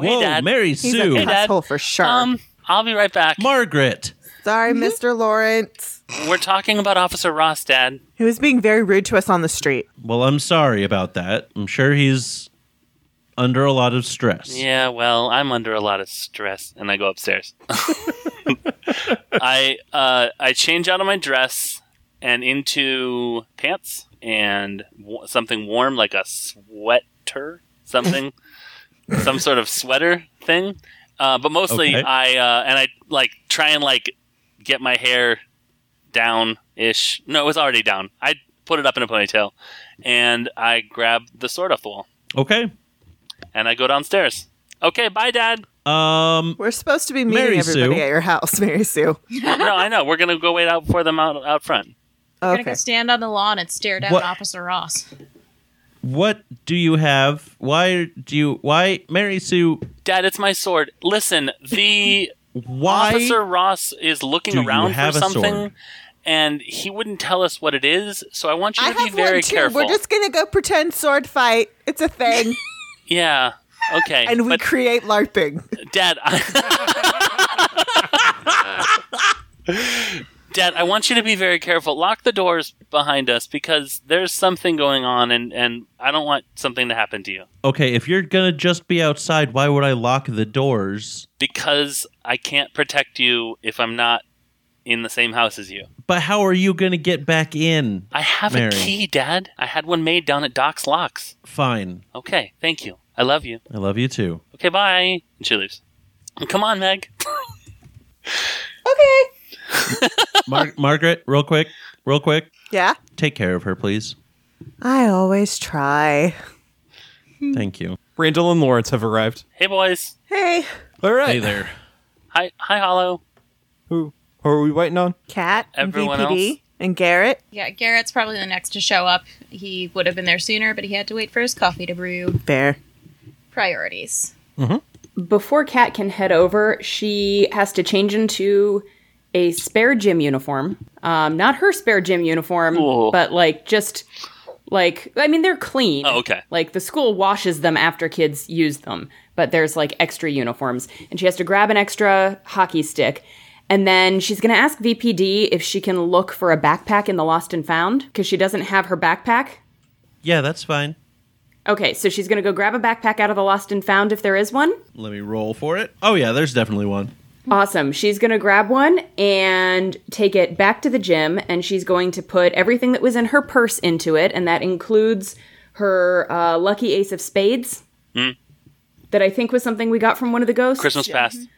Speaker 1: Whoa,
Speaker 2: hey dad.
Speaker 1: Mary
Speaker 6: He's
Speaker 1: Sue,
Speaker 6: a
Speaker 2: Hey, Dad.
Speaker 6: asshole for sure.
Speaker 2: um mm-hmm. I'll be right back.
Speaker 1: Margaret.
Speaker 6: Sorry, Mr. Lawrence.
Speaker 2: We're talking about Officer Ross, Dad.
Speaker 6: He was being very rude to us on the street.
Speaker 1: Well, I'm sorry about that. I'm sure he's under a lot of stress.
Speaker 2: Yeah, well, I'm under a lot of stress, and I go upstairs. I uh, I change out of my dress and into pants and w- something warm like a sweater, something, some sort of sweater thing. Uh, but mostly,
Speaker 1: Okay.
Speaker 2: I uh, and I like try and like get my hair down ish. No, it was already down. I put it up in a ponytail, and I grab the sword off the wall
Speaker 1: Okay.
Speaker 2: and I go downstairs. Okay, bye, Dad.
Speaker 1: Um.
Speaker 6: We're supposed to be meeting
Speaker 1: Mary
Speaker 6: everybody
Speaker 1: Sue.
Speaker 6: at your house, Mary Sue.
Speaker 2: no, I know. We're gonna go wait out for them out out front.
Speaker 7: We're gonna
Speaker 6: Okay.
Speaker 7: go stand on the lawn and stare down
Speaker 1: What-
Speaker 7: Officer Ross.
Speaker 1: What do you have? Why do you? Why, Mary Sue?
Speaker 2: Dad, it's my sword. Listen, the
Speaker 1: Why?
Speaker 2: officer Ross is looking
Speaker 1: do you
Speaker 2: around
Speaker 1: have
Speaker 2: for
Speaker 1: a
Speaker 2: something,
Speaker 1: sword?
Speaker 2: and he wouldn't tell us what it is. So I want you
Speaker 6: I
Speaker 2: to be
Speaker 6: have
Speaker 2: very
Speaker 6: one too.
Speaker 2: careful.
Speaker 6: We're just gonna go pretend sword fight. It's a thing,
Speaker 2: yeah. Okay.
Speaker 6: and we
Speaker 2: but
Speaker 6: create LARPing.
Speaker 2: Dad, I- Dad, I want you to be very careful. Lock the doors behind us because there's something going on, and and I don't want something to happen to you
Speaker 1: Okay, if you're gonna just be outside, why would I lock the doors?
Speaker 2: because I can't protect you if I'm not in the same house as you.
Speaker 1: But how are you gonna get back in?
Speaker 2: I have
Speaker 1: Mary.
Speaker 2: a key, Dad. I had one made down at Doc's Locks.
Speaker 1: Fine.
Speaker 2: Okay, thank you. I love you.
Speaker 1: I love you too.
Speaker 2: Okay, bye. And she leaves. Come on, Meg.
Speaker 6: Okay.
Speaker 1: Mar- Margaret, real quick, real quick,
Speaker 6: Yeah.
Speaker 1: take care of her, please.
Speaker 6: I always try. Hmm.
Speaker 1: Thank you.
Speaker 5: Randall and Lawrence have arrived.
Speaker 2: Hey, boys.
Speaker 6: Hey,
Speaker 5: All right.
Speaker 1: Hey there.
Speaker 2: Hi, hi, Hollow.
Speaker 5: Who, who are we waiting on?
Speaker 6: Cat,
Speaker 2: Everyone
Speaker 6: and VPD,
Speaker 2: else?
Speaker 6: and Garrett.
Speaker 7: Yeah, Garrett's probably the next to show up. He would have been there sooner, but he had to wait for his coffee to brew.
Speaker 6: Bear.
Speaker 7: Priorities.
Speaker 4: Before Kat can head over, she has to change into a spare gym uniform. Um, not her spare gym uniform,
Speaker 2: Ooh.
Speaker 4: but like just like I mean they're clean.
Speaker 2: Oh, okay.
Speaker 4: Like the school washes them after kids use them, but there's like extra uniforms, and she has to grab an extra hockey stick. And then she's going to ask VPD if she can look for a backpack in the lost and found because she doesn't have her backpack.
Speaker 1: Yeah, that's fine.
Speaker 4: Okay, so she's going to go grab a backpack out of the lost and found if there is one.
Speaker 1: Let me roll for it. Oh yeah, there's definitely one.
Speaker 4: Awesome. She's going to grab one and take it back to the gym, and she's going to put everything that was in her purse into it, and that includes her uh, lucky ace of spades. That I think was something we got from one of the ghosts.
Speaker 2: Christmas past.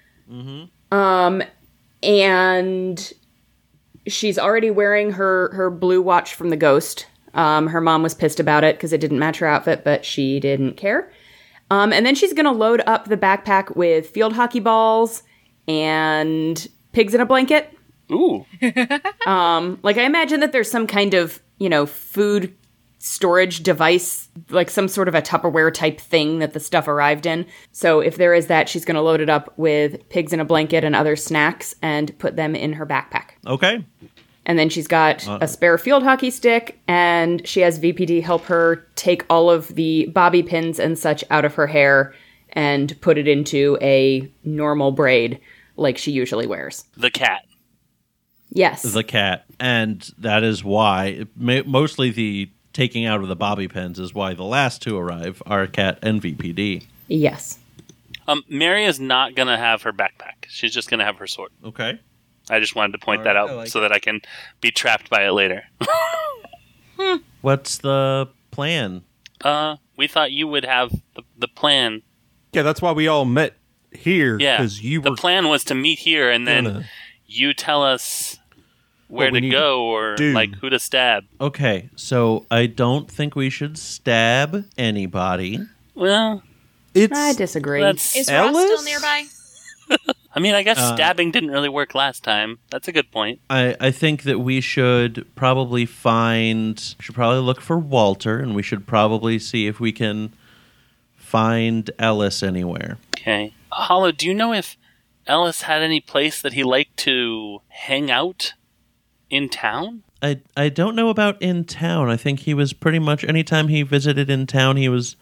Speaker 4: And she's already wearing her, her blue watch from the ghost. Um, her mom was pissed about it because it didn't match her outfit, but she didn't care. Um, and then she's going to load up the backpack with field hockey balls and pigs in a blanket.
Speaker 2: Ooh.
Speaker 4: Like I imagine that there's some kind of, you know, food storage device, like some sort of a Tupperware type thing that the stuff arrived in. So if there is that, she's going to load it up with pigs in a blanket and other snacks and put them in her backpack.
Speaker 1: Okay.
Speaker 4: And then she's got a spare field hockey stick and she has VPD help her take all of the bobby pins and such out of her hair and put it into a normal braid like she usually wears.
Speaker 2: The cat.
Speaker 4: Yes.
Speaker 1: The cat, and that is why ma- mostly the taking out of the bobby pins is why the last two arrive are cat and VPD.
Speaker 4: yes.
Speaker 2: Um, Mary is not gonna have her backpack. She's just gonna have her sword.
Speaker 1: Okay.
Speaker 2: I just wanted to point
Speaker 1: Alright,
Speaker 2: that out
Speaker 1: I like
Speaker 2: so that I can be trapped by it later.
Speaker 1: What's the plan?
Speaker 2: uh, we thought you would have the, the plan.
Speaker 5: Yeah, that's why we all met here.
Speaker 2: Yeah,
Speaker 5: Because you
Speaker 2: the
Speaker 5: were
Speaker 2: plan was to meet here, and then
Speaker 5: gonna-
Speaker 2: you tell us where
Speaker 5: What we
Speaker 2: to
Speaker 5: need
Speaker 2: go or
Speaker 5: do.
Speaker 2: like who to stab.
Speaker 1: Okay, so I don't think we should stab anybody.
Speaker 2: Well,
Speaker 4: I
Speaker 5: It's
Speaker 4: disagree.
Speaker 2: that's.
Speaker 7: Is Ross still
Speaker 5: Ellis?
Speaker 7: nearby?
Speaker 2: I mean, I guess
Speaker 1: Uh,
Speaker 2: stabbing didn't really work last time. That's a good point.
Speaker 1: I, I think that we should probably find should probably look for Walter and we should probably see if we can find Ellis anywhere.
Speaker 2: Okay. Hollow, do you know if Ellis had any place that he liked to hang out in town?
Speaker 1: I I don't know about in town. I think he was pretty much anytime he visited in town he was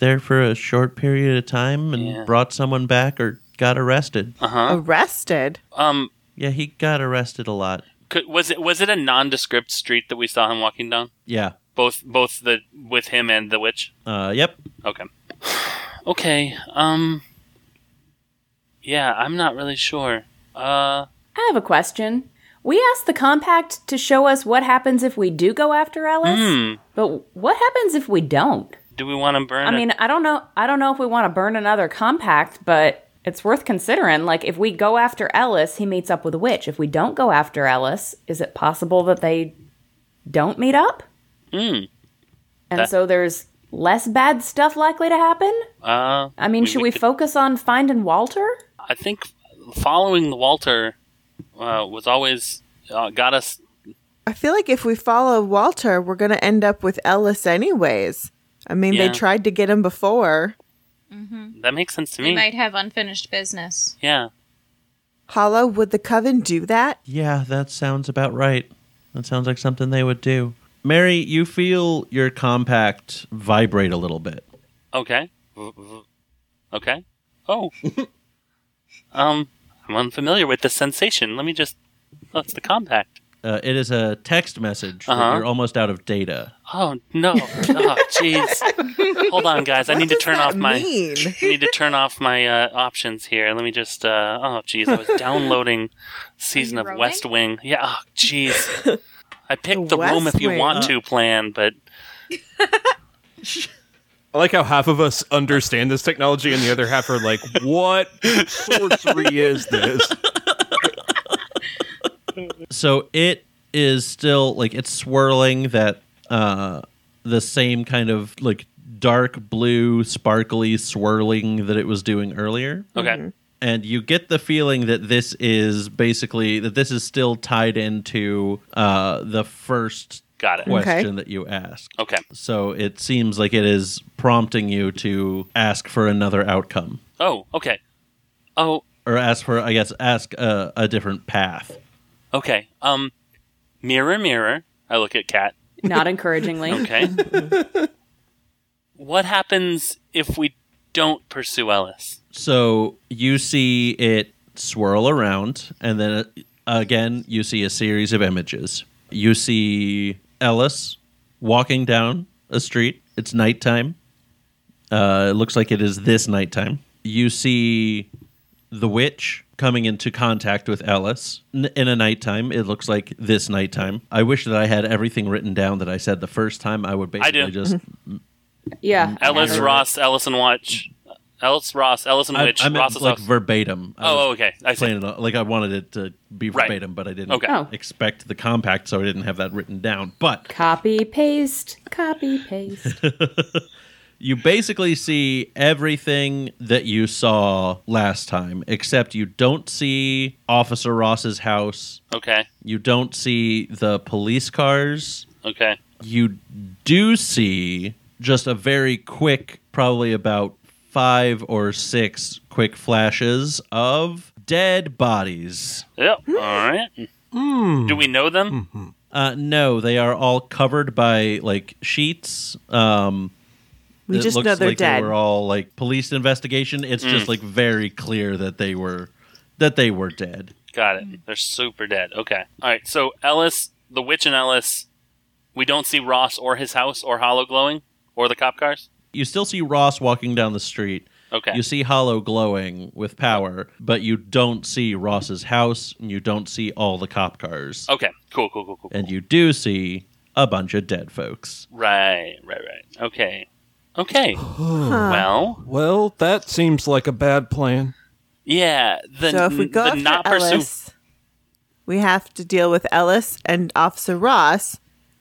Speaker 1: there for a short period of time and
Speaker 2: Yeah.
Speaker 1: brought someone back or got arrested.
Speaker 2: Uh huh.
Speaker 6: Arrested.
Speaker 2: Um,
Speaker 1: Yeah, he got arrested a lot.
Speaker 2: could, was it was it a nondescript street that we saw him walking down?
Speaker 1: Yeah.
Speaker 2: Both both the with him and the witch.
Speaker 1: Uh yep.
Speaker 2: Okay. okay. Um. Yeah, I'm not really sure. Uh,
Speaker 4: I have a question. We asked the compact to show us what happens if we do go after Ellis, but what happens if we don't?
Speaker 2: do we want to burn?
Speaker 4: I
Speaker 2: it?
Speaker 4: mean, I don't know. I don't know if we want to burn another compact, but it's worth considering. Like, if we go after Ellis, he meets up with a witch. If we don't go after Ellis, is it possible that they don't meet up?
Speaker 2: Mm.
Speaker 4: And
Speaker 2: That-
Speaker 4: so there's less bad stuff likely to happen.
Speaker 2: uh,
Speaker 4: I mean,
Speaker 2: We-
Speaker 4: should
Speaker 2: we
Speaker 4: we
Speaker 2: could-
Speaker 4: focus on finding Walter?
Speaker 2: I think following the Walter uh, was always uh, got us.
Speaker 6: I feel like if we follow Walter, we're going to end up with Ellis anyways. I mean,
Speaker 2: Yeah.
Speaker 6: they tried to get him before.
Speaker 2: That makes sense to
Speaker 7: They
Speaker 2: me.
Speaker 7: might have unfinished business.
Speaker 2: Yeah.
Speaker 6: Hollow, would the coven do that?
Speaker 1: Yeah, that sounds about right. That sounds like something they would do. Mary, you feel your compact vibrate a little bit.
Speaker 2: Okay. V- v- Okay. Oh. um, I'm unfamiliar with this sensation. Let me just. Oh, it's the compact.
Speaker 1: Uh, it is a text message. that
Speaker 2: Uh-huh.
Speaker 1: You're almost out of data.
Speaker 2: Oh no! Oh jeez! Hold on, guys. I need to turn off my.
Speaker 6: mean?
Speaker 2: I need to turn off my uh, options here. Let me just. Uh, oh jeez! I was downloading season
Speaker 7: you
Speaker 2: of
Speaker 7: roaming?
Speaker 2: West Wing. Yeah. Oh jeez. I picked the,
Speaker 6: The
Speaker 2: room if
Speaker 6: West
Speaker 2: you
Speaker 6: Wing. Oh.
Speaker 2: want to plan, but
Speaker 5: I like how half of us understand this technology and the other half are like, what sorcery is this?
Speaker 1: So it is still like it's swirling that uh the same kind of like dark blue sparkly swirling that it was doing earlier.
Speaker 2: okay.
Speaker 6: Mm-hmm.
Speaker 1: and you get the feeling that this is basically that this is still tied into uh, the first
Speaker 2: Got it.
Speaker 1: question that you asked.
Speaker 2: Okay.
Speaker 1: So it seems like it is prompting you to ask for another outcome,
Speaker 2: Oh. Okay. Oh.
Speaker 1: or ask for, I guess, ask a, a different path.
Speaker 2: Okay. Um. Mirror, mirror. I look at Kat.
Speaker 4: Not encouragingly.
Speaker 2: Okay. what happens if we don't pursue Ellis?
Speaker 1: So you see it swirl around, and then uh, again, you see a series of images. You see Ellis walking down a street. It's nighttime. Uh, it looks like it is this nighttime. You see the witch coming into contact with Ellis n- in a nighttime. It looks like this nighttime. I wish that I had everything written down that I said the first time. I would
Speaker 2: I do.
Speaker 1: basically just
Speaker 4: Yeah.
Speaker 2: Ellis Ross, Ellison Watch, Ellis Ross, Ellison
Speaker 1: I,
Speaker 2: Witch,
Speaker 1: I meant
Speaker 2: Ross is
Speaker 1: like
Speaker 2: off-
Speaker 1: verbatim. I
Speaker 2: Oh,
Speaker 1: was-
Speaker 2: oh, okay. I see.
Speaker 1: playing it like I wanted it to be
Speaker 2: Right.
Speaker 1: verbatim, but I didn't
Speaker 2: Okay.
Speaker 4: Oh.
Speaker 1: expect the compact, so I didn't have that written down. But
Speaker 4: Copy paste. Copy paste.
Speaker 1: you basically see everything that you saw last time, except you don't see Officer Ross's house.
Speaker 2: Okay.
Speaker 1: You don't see the police cars.
Speaker 2: Okay.
Speaker 1: You do see just a very quick, probably about five or six quick flashes of dead bodies.
Speaker 2: Yep. All right. Do we know them?
Speaker 1: Uh, no, they are all covered by like sheets. Um,
Speaker 6: We
Speaker 1: it
Speaker 6: just
Speaker 1: looks
Speaker 6: know they're
Speaker 1: like
Speaker 6: dead.
Speaker 1: They were all like police investigation. It's just like very clear that they were that they were dead.
Speaker 2: Got it. They're super dead. Okay. All right. So Ellis, the witch, and Ellis. We don't see Ross or his house or Hollow glowing or the cop cars.
Speaker 1: You still see Ross walking down the street.
Speaker 2: Okay.
Speaker 1: You see Hollow glowing with power, but you don't see Ross's house, and you don't see all the cop cars,
Speaker 2: Okay. Cool. Cool. Cool. Cool.
Speaker 1: and you do see a bunch of dead folks.
Speaker 2: Right. Right. Right. Okay. Okay. Well.
Speaker 5: Well, that seems like a bad plan.
Speaker 2: Yeah, the,
Speaker 6: so if we go
Speaker 2: the
Speaker 6: after
Speaker 2: not pursue.
Speaker 6: Ellis, we have to deal with Ellis and Officer Ross.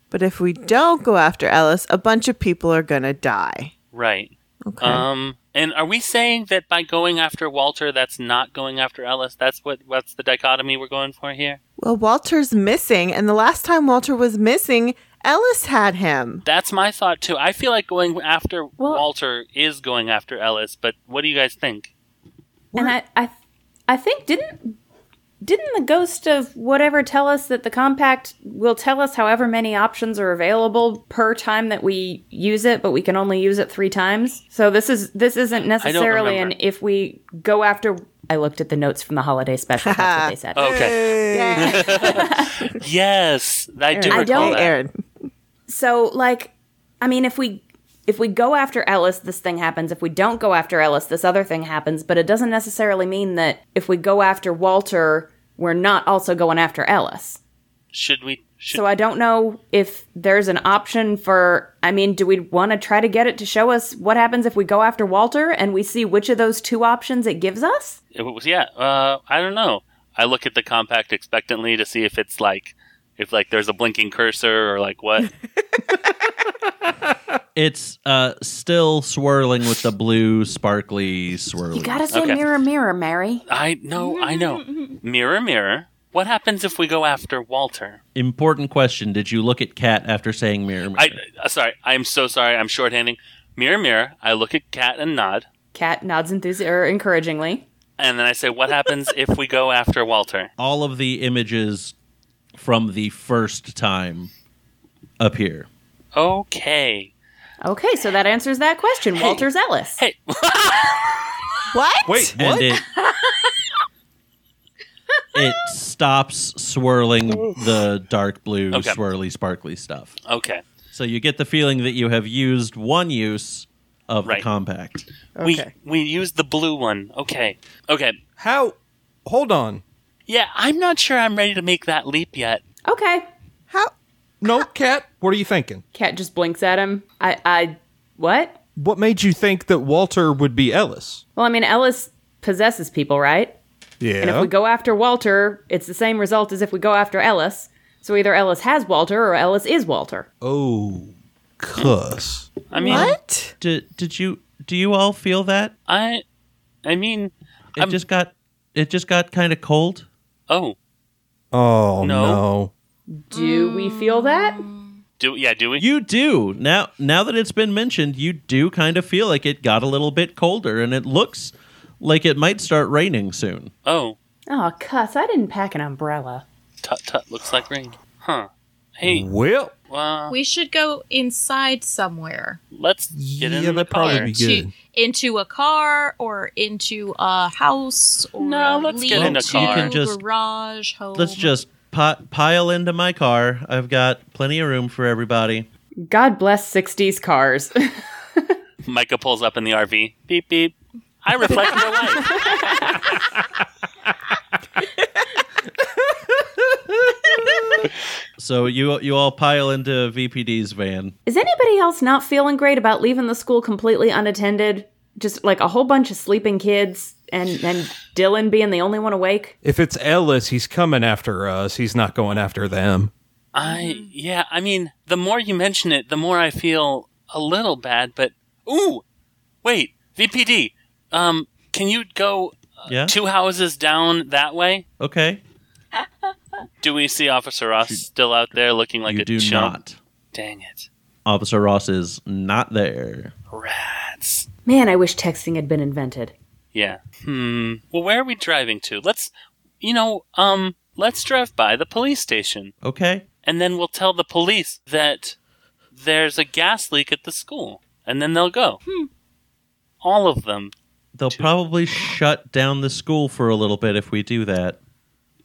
Speaker 6: But if we don't go after Ellis, a bunch of people are gonna die.
Speaker 2: Right.
Speaker 6: Okay.
Speaker 2: Um, and are we saying that by going after Walter, that's not going after Ellis? That's what that's the dichotomy we're going for here.
Speaker 6: well, Walter's missing, and the last time Walter was missing, Ellis had him.
Speaker 2: That's my thought too. I feel like going after Walter is going after Ellis, but what do you guys think?
Speaker 4: and I, I, I think didn't didn't the ghost of whatever tell us that the compact will tell us however many options are available per time that we use it, but we can only use it three times. So this is this isn't necessarily an
Speaker 2: remember.
Speaker 4: if we go after. I looked at the notes from the holiday special. That's what they said.
Speaker 2: Okay.
Speaker 6: Yeah.
Speaker 2: Yes, I do
Speaker 6: I
Speaker 2: recall
Speaker 6: don't,
Speaker 2: that.
Speaker 6: Aaron.
Speaker 4: So like, I mean, if we if we go after Ellis, this thing happens. If we don't go after Ellis, this other thing happens. But it doesn't necessarily mean that if we go after Walter, we're not also going after Ellis.
Speaker 2: Should we? Should,
Speaker 4: So I don't know if there's an option for. I mean, do we want to try to get it to show us what happens if we go after Walter and we see which of those two options it gives us?
Speaker 2: it was, yeah. Uh, I don't know. I look at the compact expectantly to see if it's like, if like there's a blinking cursor or like what.
Speaker 1: It's uh, still swirling with the blue, sparkly, swirly.
Speaker 4: You gotta say
Speaker 2: Okay.
Speaker 4: mirror, mirror, Mary.
Speaker 2: I know, I know. Mirror, mirror. What happens if we go after Walter?
Speaker 1: Important question: Did you look at Kat after saying mirror? mirror?
Speaker 2: I uh, sorry, I'm so sorry. I'm shorthanding. Mirror, mirror. I look at Cat and nod,
Speaker 4: Cat nods enthusi- or er, encouragingly.
Speaker 2: And then I say, what happens if we go after Walter?
Speaker 1: All of the images from the first time appear.
Speaker 2: Okay.
Speaker 4: Okay, so that answers that question. Walter Ellis.
Speaker 2: Hey,
Speaker 6: What?
Speaker 5: Wait,
Speaker 1: And it it stops swirling the dark blue
Speaker 2: Okay.
Speaker 1: swirly sparkly stuff.
Speaker 2: okay.
Speaker 1: So you get the feeling that you have used one use of
Speaker 2: Right.
Speaker 1: the compact.
Speaker 6: Okay.
Speaker 2: We we used the blue one. Okay. Okay.
Speaker 5: How? Hold on.
Speaker 2: Yeah, I'm not sure I'm ready to make that leap yet.
Speaker 4: Okay.
Speaker 6: How?
Speaker 5: No, Kat, what are you thinking?
Speaker 4: Cat just blinks at him. I, I, what?
Speaker 5: What made you think that Walter would be Ellis?
Speaker 4: Well, I mean, Ellis possesses people, right?
Speaker 5: Yeah.
Speaker 4: And if we go after Walter, it's the same result as if we go after Ellis. So either Ellis has Walter or Ellis is Walter.
Speaker 5: oh, cuss.
Speaker 2: I mean,
Speaker 6: What?
Speaker 1: Did did you do you all feel that?
Speaker 2: I I mean,
Speaker 1: It just got it just got kind of cold.
Speaker 2: oh,
Speaker 5: Oh,
Speaker 2: No.
Speaker 5: no.
Speaker 4: Do we feel that?
Speaker 2: do yeah, do we?
Speaker 1: You do. Now now that it's been mentioned, you do kind of feel like it got a little bit colder and it looks like it might start raining soon.
Speaker 2: oh,
Speaker 4: Oh, cuss, I didn't pack an umbrella.
Speaker 2: tut tut looks like rain. Huh. Hey,
Speaker 5: Well,
Speaker 2: uh,
Speaker 7: We should go inside somewhere.
Speaker 2: let's get in
Speaker 5: Yeah,
Speaker 2: the
Speaker 5: that'd probably
Speaker 2: car.
Speaker 5: be
Speaker 7: To,
Speaker 5: good.
Speaker 7: into a car or into a house or
Speaker 2: No, let's get
Speaker 7: leave
Speaker 1: in a
Speaker 7: to
Speaker 1: car. You can just-
Speaker 7: garage home.
Speaker 2: Oh.
Speaker 1: Let's just pot, pile into my car. I've got plenty of room for everybody.
Speaker 4: God bless 60s cars.
Speaker 2: Micah pulls up in the RV. Beep beep. I reflect your life.
Speaker 1: So you you all pile into VPD's van.
Speaker 4: is anybody else not feeling great about leaving the school completely unattended? Just like a whole bunch of sleeping kids and, and Dylan being the only one awake?
Speaker 5: if it's Ellis, he's coming after us. He's not going after them.
Speaker 2: I yeah, I mean, the more you mention it, the more I feel a little bad, but ooh. Wait, VPD. Um, can you go
Speaker 1: Yeah.
Speaker 2: Uh, two houses down that way?
Speaker 1: Okay.
Speaker 2: Do we see Officer Ross still out there looking like
Speaker 1: you
Speaker 2: a
Speaker 1: do
Speaker 2: chump?
Speaker 1: not.
Speaker 2: Dang it.
Speaker 1: Officer Ross is not there.
Speaker 2: Rats.
Speaker 4: Man, I wish texting had been invented.
Speaker 2: Yeah. Hmm. Well, where are we driving to? Let's, you know, um, let's drive by the police station
Speaker 1: Okay.
Speaker 2: and then we'll tell the police that there's a gas leak at the school and then they'll go. Hmm. All of them.
Speaker 1: They'll probably shut down the school for a little bit if we do that.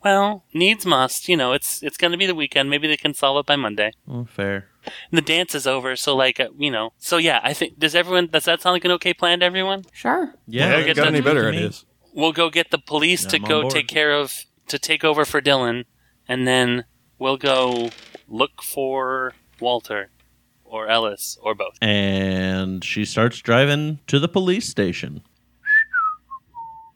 Speaker 2: Well, needs must. You know, it's it's going to be the weekend. Maybe they can solve it by Monday.
Speaker 1: Oh, fair.
Speaker 2: And the dance is over, so like, uh, you know. So yeah, I think does everyone does that sound like an okay plan to everyone?
Speaker 4: Sure.
Speaker 1: Yeah.
Speaker 2: it got any
Speaker 1: to
Speaker 5: better, it
Speaker 1: me.
Speaker 5: is.
Speaker 2: we'll go get the police to
Speaker 1: I'm on
Speaker 2: go
Speaker 1: board.
Speaker 2: take care of to take over for Dylan, and then we'll go look for Walter or Ellis or both.
Speaker 1: And she starts driving to the police station.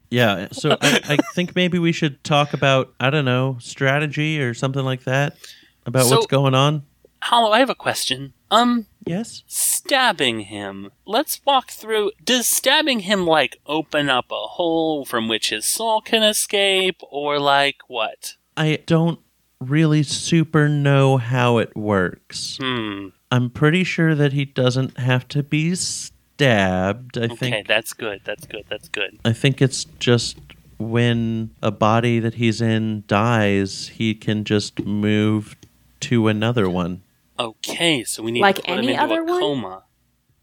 Speaker 1: Yeah, so I, I think maybe we should talk about, I don't know, strategy or something like that about
Speaker 2: So-
Speaker 1: what's going on.
Speaker 2: Hollow, I have a question. Um,
Speaker 1: Yes?
Speaker 2: stabbing him. Let's walk through. Does stabbing him like open up a hole from which his soul can escape, or like what?
Speaker 1: I don't really super know how it works.
Speaker 2: Hmm.
Speaker 1: I'm pretty sure that he doesn't have to be stabbed. I
Speaker 2: Okay,
Speaker 1: think
Speaker 2: that's good. That's good. That's good.
Speaker 1: I think it's just when a body that he's in dies, he can just move to another one.
Speaker 2: Okay, so we need
Speaker 4: Like
Speaker 2: to put him
Speaker 4: any
Speaker 2: into
Speaker 4: other
Speaker 2: a
Speaker 4: one?
Speaker 2: coma.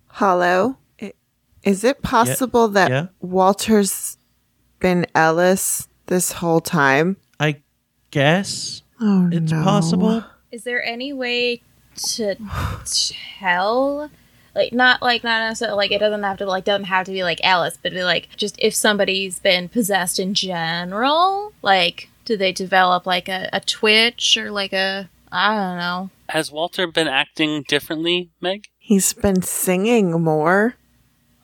Speaker 6: Hollow. I- Is it possible that
Speaker 1: yeah.
Speaker 6: Walter's been Ellis this whole time?
Speaker 1: I guess
Speaker 6: Oh,
Speaker 1: it's
Speaker 6: no.
Speaker 1: possible.
Speaker 7: Is there any way to tell? Like not like not necessarily like it doesn't have to like doesn't have to be like Alice, but be like just if somebody's been possessed in general, like do they develop like a, a twitch or like a I don't know.
Speaker 2: Has Walter been acting differently, Meg?
Speaker 6: He's been singing more.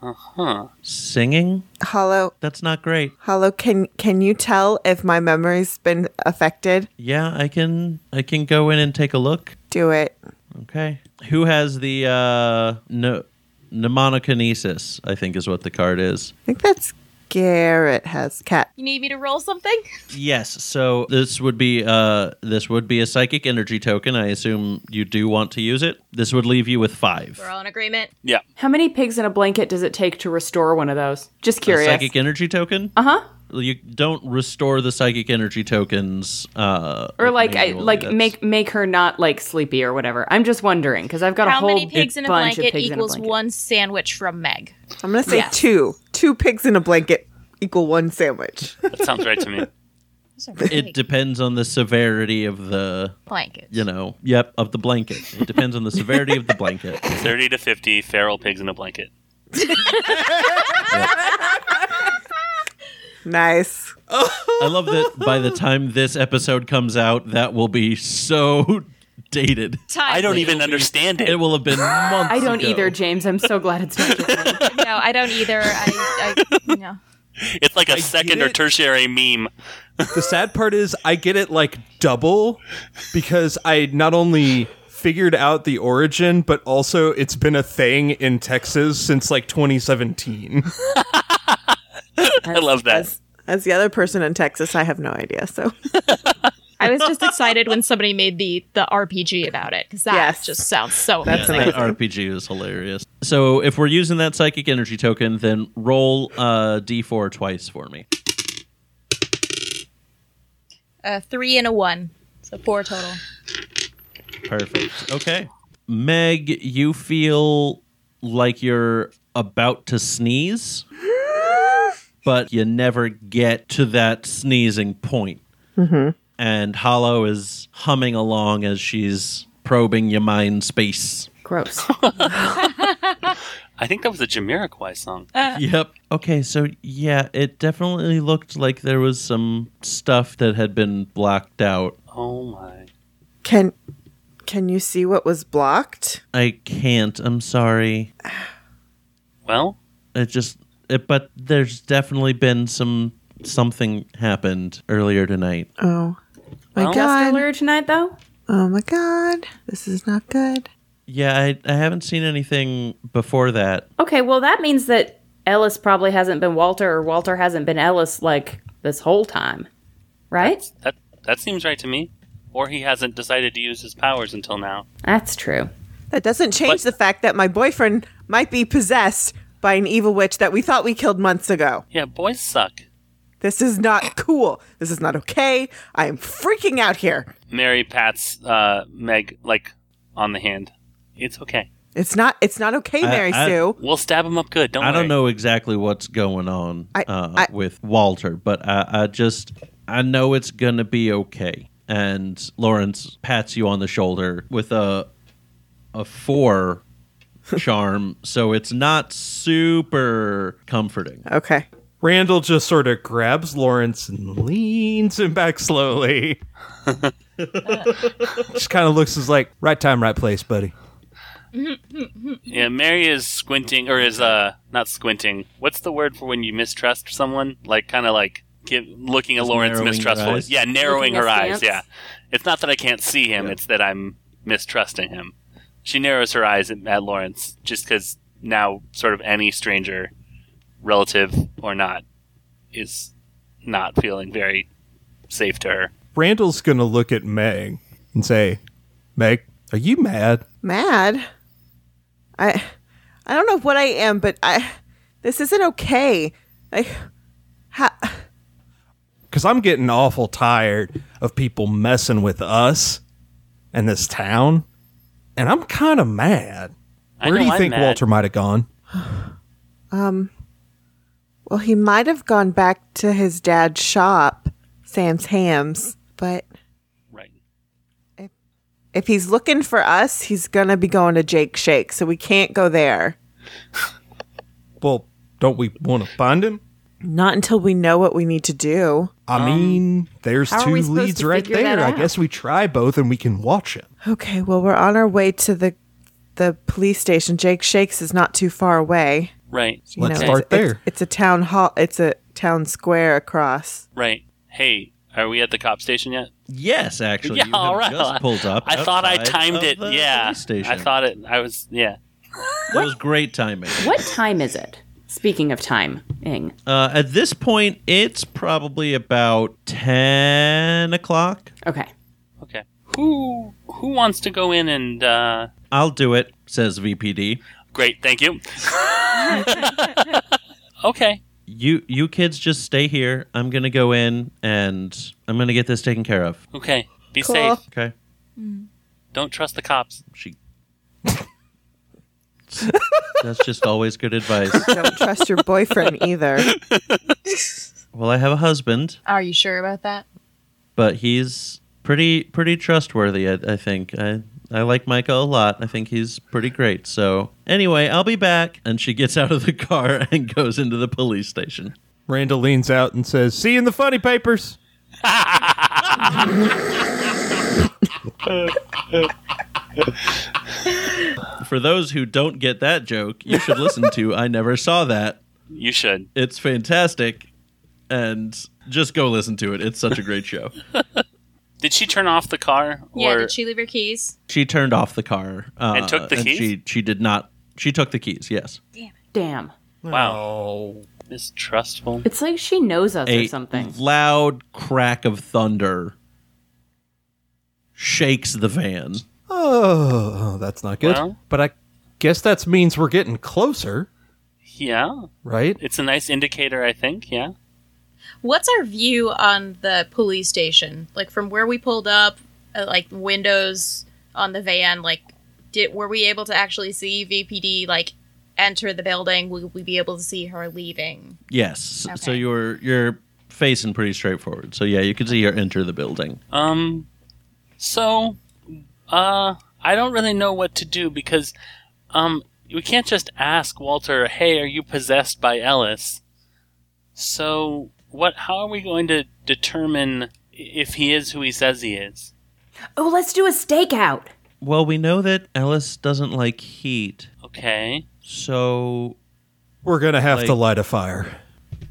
Speaker 2: Uh huh.
Speaker 1: Singing?
Speaker 6: Hollow,
Speaker 1: That's not great.
Speaker 6: Hollow, can can you tell if my memory's been affected?
Speaker 1: Yeah, I can I can go in and take a look.
Speaker 6: Do it.
Speaker 1: Okay. Who has the uh no mnemonikinesis, I think is what the card is.
Speaker 6: I think that's Garrett has cat.
Speaker 7: You need me to roll something?
Speaker 1: Yes. So this would be uh this would be a psychic energy token. I assume you do want to use it. This would leave you with five.
Speaker 7: We're all in agreement.
Speaker 2: Yeah.
Speaker 4: How many pigs in a blanket does it take to restore one of those? Just
Speaker 1: A
Speaker 4: curious.
Speaker 1: psychic energy token.
Speaker 4: Uh huh.
Speaker 1: you don't restore the psychic energy tokens. Uh,
Speaker 4: or like I,
Speaker 1: manually.
Speaker 4: like
Speaker 1: That's-
Speaker 4: make make her not like sleepy or whatever. I'm just wondering because I've got a
Speaker 7: How
Speaker 4: whole
Speaker 7: many pigs in a
Speaker 4: bunch of
Speaker 7: blanket
Speaker 4: pigs
Speaker 7: equals
Speaker 4: in a blanket.
Speaker 7: one sandwich from Meg?
Speaker 6: I'm gonna say
Speaker 7: Yes.
Speaker 6: two. Two pigs in a blanket equal one sandwich.
Speaker 2: That sounds right to me.
Speaker 7: Those are big
Speaker 1: It depends on the severity of the
Speaker 7: blankets.
Speaker 1: you know yep of the blanket. It depends on the severity of the blanket.
Speaker 2: 30 to 50 feral pigs in a blanket.
Speaker 6: nice.
Speaker 1: I love that by the time this episode comes out, that will be so dated.
Speaker 2: I don't
Speaker 7: Timely.
Speaker 2: even understand
Speaker 1: It
Speaker 2: it.
Speaker 1: will have been months.
Speaker 4: I don't
Speaker 1: ago.
Speaker 4: either, James. I'm so glad it's not. your turn.
Speaker 2: e-
Speaker 7: No, I don't either. I, I no.
Speaker 2: It's like a second or
Speaker 5: it.
Speaker 2: tertiary meme.
Speaker 5: The sad part is I get it like double because I not only figured out the origin, but also it's been a thing in Texas since like 2017.
Speaker 2: I love that.
Speaker 6: As as the other person in Texas, I have no idea. So
Speaker 7: I was just excited when somebody made the the RPG about it because that
Speaker 6: Yes.
Speaker 7: just sounds so.
Speaker 6: That's
Speaker 1: Yeah,
Speaker 7: amazing.
Speaker 1: that RPG is hilarious. So if we're using that psychic energy token, then roll uh, d4 twice for me.
Speaker 7: A three and a one, so four total.
Speaker 1: Perfect. Okay. Meg, you feel like you're about to sneeze, but you never get to that sneezing point. And Hollow is humming along as she's probing your mind space.
Speaker 4: Gross.
Speaker 2: I think that was a Jamiroquai song.
Speaker 4: Uh,
Speaker 1: yep. Okay, so yeah, it definitely looked like there was some stuff that had been blocked out.
Speaker 2: Oh my.
Speaker 6: can can you see what was blocked?
Speaker 1: I can't. I'm sorry.
Speaker 2: Well,
Speaker 1: It just, it, but there's definitely been some something happened earlier tonight.
Speaker 6: Oh my
Speaker 2: Well-
Speaker 4: Just
Speaker 6: god!
Speaker 4: earlier tonight, though.
Speaker 6: Oh my god! This is not good.
Speaker 1: Yeah, I, I haven't seen anything before that.
Speaker 4: Okay, well that means that Ellis probably hasn't been Walter, or Walter hasn't been Ellis like this whole time, right? That's,
Speaker 2: that that seems right to me. Or he hasn't decided to use his powers until now.
Speaker 4: true.
Speaker 6: That doesn't change
Speaker 2: But-
Speaker 6: the fact that my boyfriend might be possessed by an evil witch that we thought we killed months ago.
Speaker 2: Yeah, boys suck.
Speaker 6: This is not cool. This is not okay. I am freaking out here.
Speaker 2: Mary pats uh, Meg like on the hand. It's okay.
Speaker 6: It's not. It's not okay,
Speaker 1: I-
Speaker 6: Mary
Speaker 1: I-
Speaker 6: Sue.
Speaker 2: We'll stab him up good. Don't
Speaker 1: I
Speaker 2: worry.
Speaker 1: don't know exactly what's going on
Speaker 6: I-
Speaker 1: uh,
Speaker 6: I-
Speaker 1: with Walter, but I, I just I know it's gonna be okay. And Lawrence pats you on the shoulder with a a four charm, so it's not super comforting.
Speaker 6: Okay.
Speaker 5: Randall just sort of grabs Lawrence and leans him back slowly. just kind of looks as like right time, right place, buddy.
Speaker 2: Yeah, Mary is squinting or is uh not squinting. What's the word for when you mistrust someone? Like kind of like give, looking at Lawrence
Speaker 1: narrowing your
Speaker 2: mistrustfully.
Speaker 1: eyes?
Speaker 2: Yeah, narrowing
Speaker 4: Looking
Speaker 2: her eyes.
Speaker 4: askance?
Speaker 2: Yeah, it's not that I can't see him; it's that I'm mistrusting him. She narrows her eyes at, at Lawrence just because now, sort of any stranger, relative or not, is not feeling very safe to her.
Speaker 5: Randall's going to look at Meg and say, Meg, are you mad?
Speaker 6: Mad. I. I don't know what I am, but I. This isn't okay. I. Ha,
Speaker 5: Because I'm getting awful tired of people messing with us and this town. And I'm kind of mad.
Speaker 2: I
Speaker 5: Where do
Speaker 2: know
Speaker 5: you
Speaker 2: I'm
Speaker 5: think
Speaker 2: mad.
Speaker 5: Walter might have gone?
Speaker 6: Um, well, he might have gone back to his dad's shop, Sam's Hams, but
Speaker 2: Right.
Speaker 6: if he's looking for us, he's gonna be going to Jake Shake, so we can't go there.
Speaker 5: Well, don't we want to find him?
Speaker 6: Not until we know what we need to do.
Speaker 5: I mean, there's
Speaker 4: Um, how are
Speaker 5: two
Speaker 4: we supposed
Speaker 5: leads
Speaker 4: to
Speaker 5: right
Speaker 4: figure that
Speaker 5: there. I
Speaker 4: out?
Speaker 5: guess we try both and we can watch him.
Speaker 6: Okay, well, we're on our way to the the police station. Jake Shakes is not too far away.
Speaker 2: Right.
Speaker 5: Let's
Speaker 6: it's-
Speaker 5: start
Speaker 6: it's-
Speaker 5: there.
Speaker 6: It's, a town hall. It's a town square across.
Speaker 2: Right. Hey, are we at the cop station yet?
Speaker 1: Yes, actually,
Speaker 2: yeah,
Speaker 1: you have
Speaker 2: all right.
Speaker 1: just pulled up.
Speaker 2: I thought I
Speaker 1: outside
Speaker 2: timed
Speaker 1: of
Speaker 2: it.
Speaker 1: the
Speaker 2: Yeah,
Speaker 1: police station.
Speaker 2: I thought it. I was. Yeah,
Speaker 1: that was great timing.
Speaker 4: What time is it? Speaking of timing,
Speaker 1: Uh, at this point, it's probably about ten o'clock.
Speaker 4: okay.
Speaker 2: okay. Who who wants to go in and? uh
Speaker 1: I'll do it, says VPD.
Speaker 2: Great, thank you. okay,
Speaker 1: you you kids just stay here. I'm gonna go in and I'm gonna get this taken care of.
Speaker 2: Okay, be
Speaker 6: Cool.
Speaker 2: safe.
Speaker 1: Okay.
Speaker 2: Don't trust the cops.
Speaker 1: She. That's just always good advice.
Speaker 6: Don't trust your boyfriend either.
Speaker 1: Well, I have a husband,
Speaker 7: Are you sure about that?
Speaker 1: but he's pretty pretty trustworthy. I, I think I I like Micah a lot. I think he's pretty great. So anyway, I'll be back. And she gets out of the car and goes into the police station.
Speaker 5: Randall leans out and says, "See you in the funny papers."
Speaker 1: For those who don't get that joke, you should listen to I Never Saw That.
Speaker 2: You should.
Speaker 1: It's fantastic. And just go listen to it. It's such a great show.
Speaker 2: Did she turn off the car?
Speaker 7: yeah,
Speaker 2: or-
Speaker 7: did she leave her keys?
Speaker 1: She turned off the car uh,
Speaker 2: And took the keys?
Speaker 1: She she did not. She took the keys. Yes.
Speaker 4: Damn.
Speaker 2: Wow. Mistrustful.
Speaker 4: It's like she knows us
Speaker 1: A
Speaker 4: or something.
Speaker 1: loud crack of thunder shakes the van.
Speaker 5: Oh, that's not good.
Speaker 2: Well.
Speaker 5: but I guess that means we're getting closer,
Speaker 2: Yeah.
Speaker 5: right?
Speaker 2: It's a nice indicator, I think. Yeah.
Speaker 7: What's our view on the police station? Like from where we pulled up, uh, like windows on the van. Like, did were we able to actually see VPD like enter the building? Will we be able to see her leaving?
Speaker 1: Yes. So
Speaker 7: Okay.
Speaker 1: you're you're facing pretty straightforward. So yeah, you can see her enter the building.
Speaker 2: Um. So, uh, I don't really know what to do because, um, we can't just ask Walter, "Hey, are you possessed by Ellis?" So, what? How are we going to determine i- if he is who he says he is?
Speaker 4: Oh, let's do a stakeout.
Speaker 1: Well, we know that Ellis doesn't like heat,
Speaker 2: Okay.
Speaker 1: so
Speaker 5: We're gonna have to
Speaker 1: Like-
Speaker 5: light a fire.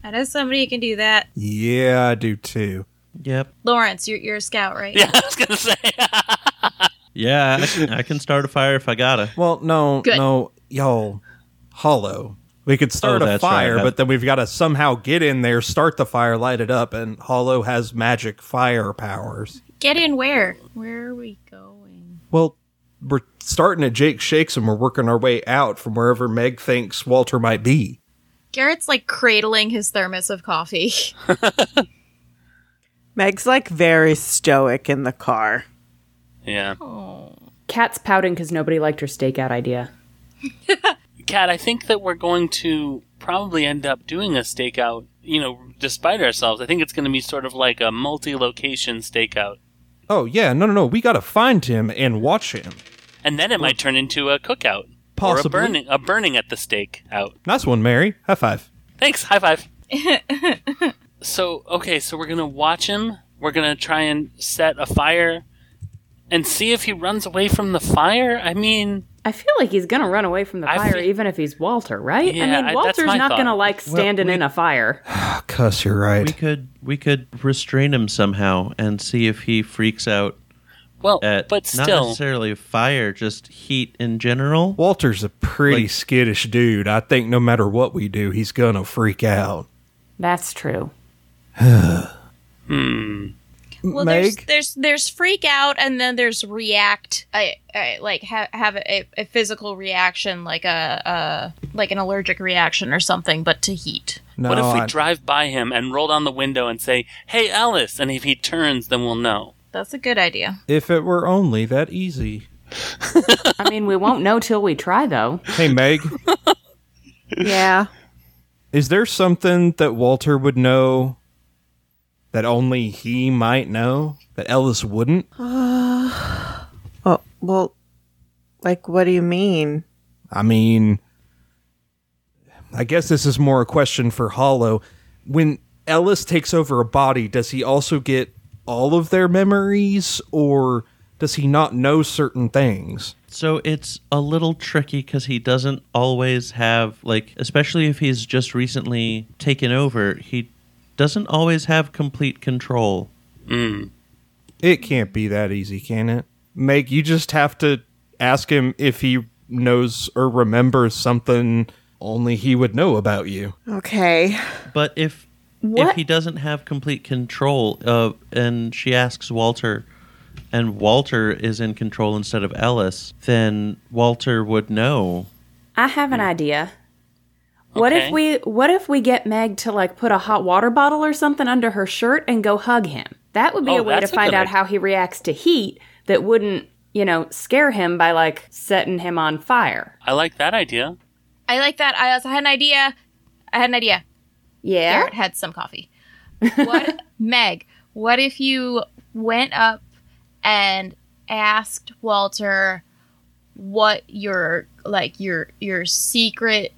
Speaker 7: I know somebody who can do that.
Speaker 5: Yeah, I do too.
Speaker 1: yep.
Speaker 7: Lawrence, you're, you're a scout, right?
Speaker 2: Yeah, I was gonna say.
Speaker 1: Yeah, I can, I can start a fire if I gotta.
Speaker 5: Well, no,
Speaker 7: Good.
Speaker 5: no, y'all, hollow. We could start
Speaker 1: Oh,
Speaker 5: a
Speaker 1: that's
Speaker 5: fire,
Speaker 1: right.
Speaker 5: but then we've got to somehow get in there, start the fire, light it up, and Hollow has magic fire powers.
Speaker 7: Get in where? Where are we going?
Speaker 5: Well, we're starting at Jake Shakes and we're working our way out from wherever Meg thinks Walter might be.
Speaker 7: Garrett's like cradling his thermos of coffee.
Speaker 6: Meg's like very stoic in the car.
Speaker 2: yeah.
Speaker 4: Cat's pouting because nobody liked her stakeout idea.
Speaker 2: Kat, I think that we're going to probably end up doing a stakeout, you know, despite ourselves. I think it's going to be sort of like a multi location stakeout.
Speaker 5: Oh, yeah, no, no, no. We got to find him and watch him.
Speaker 2: And then it might turn into a cookout.
Speaker 5: Possibly.
Speaker 2: Or a burning, a burning at the stake out.
Speaker 5: Nice one, Mary. High five.
Speaker 2: Thanks. High five. so, okay, so we're going to watch him. We're going to try and set a fire and see if he runs away from the fire. I mean,
Speaker 4: I feel like he's gonna run away from the
Speaker 2: I
Speaker 4: fire,
Speaker 2: feel-
Speaker 4: even if he's Walter, right?
Speaker 2: Yeah,
Speaker 4: I
Speaker 2: I-
Speaker 4: mean,
Speaker 2: that's
Speaker 4: Walter's
Speaker 2: my
Speaker 4: not gonna
Speaker 2: thought.
Speaker 4: like standing in a fire.
Speaker 5: Oh,
Speaker 1: Ah,
Speaker 5: cuss, you're right.
Speaker 1: We could we could restrain him somehow and see if he freaks out
Speaker 2: well,
Speaker 5: Uh,
Speaker 1: at
Speaker 2: but
Speaker 1: not
Speaker 2: still.
Speaker 1: necessarily fire, just heat in general.
Speaker 5: Walter's a pretty
Speaker 1: Like-
Speaker 5: skittish dude. I think no matter what we do, he's going to freak out.
Speaker 4: That's true.
Speaker 2: Hmm.
Speaker 7: Well, there's
Speaker 5: Meg?
Speaker 7: there's there's freak out and then there's react. I, I like ha- have a, a physical reaction, like a, a like an allergic reaction or something, but to heat.
Speaker 5: No,
Speaker 2: what if we
Speaker 5: I-
Speaker 2: drive by him and roll down the window and say, "Hey, Alice!" And if he turns, then we'll know.
Speaker 7: That's a good idea.
Speaker 5: if it were only that easy.
Speaker 4: I mean, we won't know till we try, though.
Speaker 5: Hey, Meg,
Speaker 6: Yeah.
Speaker 5: is there something that Walter would know that only he might know that Ellis wouldn't?
Speaker 6: Well, well, like, what do you mean?
Speaker 5: I mean, I guess this is more a question for Hollow. When Ellis takes over a body, does he also get all of their memories, or does he not know certain things?
Speaker 1: So it's a little tricky because he doesn't always have, like, especially if he's just recently taken over, he doesn't always have complete control.
Speaker 5: It can't be that easy, can it? Meg, you just have to ask him if he knows or remembers something only he would know about you.
Speaker 6: Okay.
Speaker 1: But if if
Speaker 4: What?
Speaker 1: he doesn't have complete control, uh, and she asks Walter, and Walter is in control instead of Ellis, then Walter would know.
Speaker 4: I have an idea. What
Speaker 2: Hmm. Okay.
Speaker 4: if we what if we get Meg to like put a hot water bottle or something under her shirt and go hug him? That would be
Speaker 2: Oh,
Speaker 4: a way to
Speaker 2: that's a
Speaker 4: find
Speaker 2: good
Speaker 4: out
Speaker 2: idea.
Speaker 4: how he reacts to heat that wouldn't, you know, scare him by like setting him on fire.
Speaker 2: I like that idea.
Speaker 7: I like that. I also had an idea. I had an idea.
Speaker 4: Yeah.
Speaker 7: Garrett had some coffee. What, Meg? What if you went up and asked Walter what your like your your secret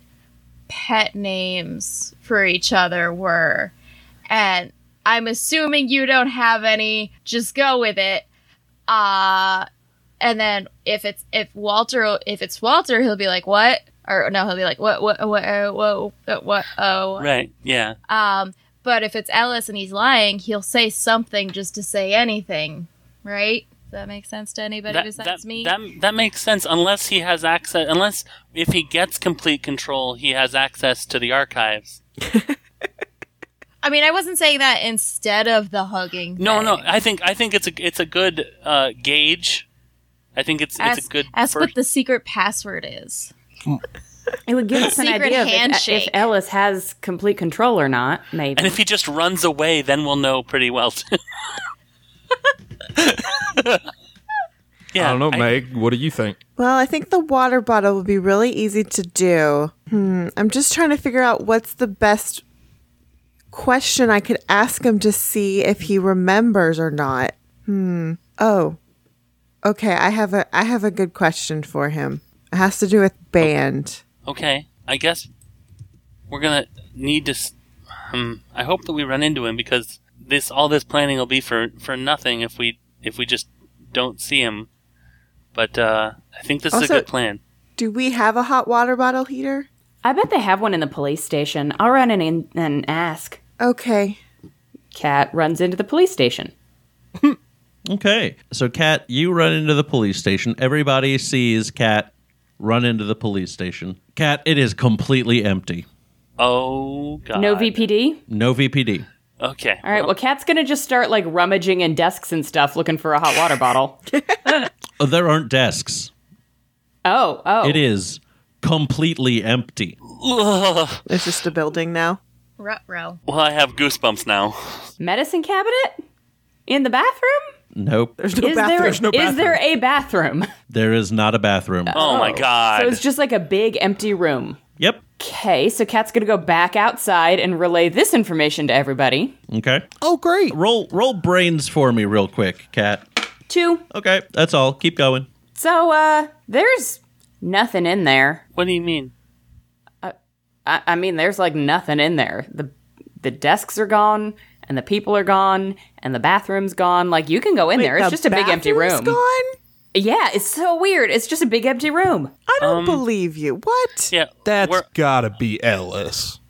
Speaker 7: pet names for each other were, and I'm assuming you don't have any. Just go with it. Uh and then if it's if Walter if it's Walter, he'll be like what? Or no, he'll be like what what what uh, what uh, what oh
Speaker 2: Right. Yeah.
Speaker 7: um, but if it's Ellis and he's lying, he'll say something just to say anything, right? Does that make sense to anybody besides
Speaker 2: that,
Speaker 7: me?
Speaker 2: That, that makes sense unless he has access unless if he gets complete control, he has access to the archives.
Speaker 7: I mean, I wasn't saying that instead of the hugging.
Speaker 2: No,
Speaker 7: thing.
Speaker 2: no, I think I think it's a it's a good uh, gauge. I think it's
Speaker 7: Ask,
Speaker 2: it's a good
Speaker 7: ask
Speaker 2: first
Speaker 7: what the secret password is.
Speaker 4: It would give us an
Speaker 7: Secret
Speaker 4: idea of if, if
Speaker 7: handshake.
Speaker 4: Ellis has complete control or not, maybe.
Speaker 2: And if he just runs away, then we'll know pretty well. too. yeah,
Speaker 5: I don't know, Meg. What do you think?
Speaker 6: Well, I think the water bottle would be really easy to do. Hmm, I'm just trying to figure out what's the best question I could ask him to see if he remembers or not. Hmm. Oh. Okay, I have a I have a good question for him. It has to do with band.
Speaker 2: Okay, I guess we're gonna need to. s- Um, I hope that we run into him because this all this planning will be for for nothing if we if we just don't see him. But uh, I think this is a
Speaker 6: Also-
Speaker 2: good plan.
Speaker 6: Do we have a hot water bottle heater?
Speaker 4: I bet they have one in the police station. I'll run in and, and ask.
Speaker 6: Okay.
Speaker 4: Cat runs into the police station.
Speaker 1: Okay. So, Kat, you run into the police station. Everybody sees Kat run into the police station. Kat, it is completely empty.
Speaker 2: Oh God!
Speaker 4: No VPD?
Speaker 1: No VPD.
Speaker 2: Okay.
Speaker 4: All right, well, Cat's going to just start like rummaging in desks and stuff looking for a hot water bottle.
Speaker 1: Oh, there aren't desks.
Speaker 4: Oh, oh.
Speaker 1: It is completely empty.
Speaker 2: Ugh.
Speaker 6: It's just a building now.
Speaker 7: Ruh-roh.
Speaker 2: Well, I have goosebumps now.
Speaker 4: Medicine cabinet? In the bathroom?
Speaker 1: Nope.
Speaker 6: There's no
Speaker 4: is
Speaker 6: bathroom.
Speaker 4: there,
Speaker 5: There's no
Speaker 4: is there a bathroom?
Speaker 1: There is not a bathroom.
Speaker 2: Oh, my God!
Speaker 4: So it's just like a big empty room.
Speaker 1: Yep.
Speaker 4: Okay, so Cat's going to go back outside and relay this information to everybody.
Speaker 1: Okay.
Speaker 5: Oh, great.
Speaker 1: Roll roll brains for me real quick, Kat.
Speaker 4: Two.
Speaker 1: Okay, that's all. Keep going.
Speaker 4: So, uh, there's nothing in there.
Speaker 2: what do you mean?
Speaker 4: I, I mean, there's like nothing in there. The the desks are gone, and the people are gone, and the bathroom's gone. Like you can go in there. It's
Speaker 6: The
Speaker 4: just a big empty
Speaker 6: bathroom's
Speaker 4: room.
Speaker 6: Gone?
Speaker 4: Yeah, it's so weird. It's just a big empty room.
Speaker 6: I don't believe you. What?
Speaker 2: Um, Yeah,
Speaker 5: That's
Speaker 2: we're-
Speaker 5: gotta be Ellis.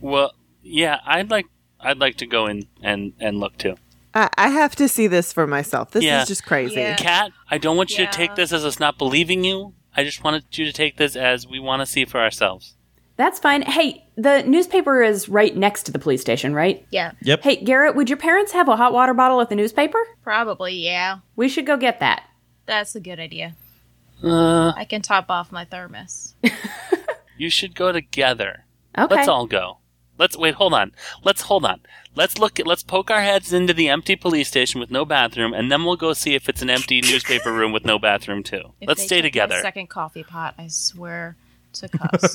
Speaker 2: Well, yeah, I'd like I'd like to go in and and look too.
Speaker 6: I, I have to see this for myself. This
Speaker 2: Yeah.
Speaker 6: is just crazy.
Speaker 7: Yeah.
Speaker 2: Kat, I don't want you
Speaker 7: Yeah.
Speaker 2: to take this as us not believing you. I just wanted you to take this as we want to see for ourselves.
Speaker 4: That's fine. Hey, the newspaper is right next to the police station, right?
Speaker 7: Yeah,
Speaker 1: Yep.
Speaker 4: Hey, Garrett, would your parents have a hot water bottle at the newspaper?
Speaker 7: probably. Yeah,
Speaker 4: We should go get that.
Speaker 7: that's a good idea.
Speaker 2: Uh,
Speaker 7: I can top off my thermos.
Speaker 2: you should go together.
Speaker 4: Okay.
Speaker 2: Let's all go. Let's wait. Hold on. Let's hold on. Let's look. At, let's poke our heads into the empty police station with no bathroom, and then we'll go see if it's an empty newspaper room with no bathroom too.
Speaker 7: If
Speaker 2: let's
Speaker 7: they
Speaker 2: stay
Speaker 7: took my
Speaker 2: together.
Speaker 7: Second coffee pot. I swear to cuss.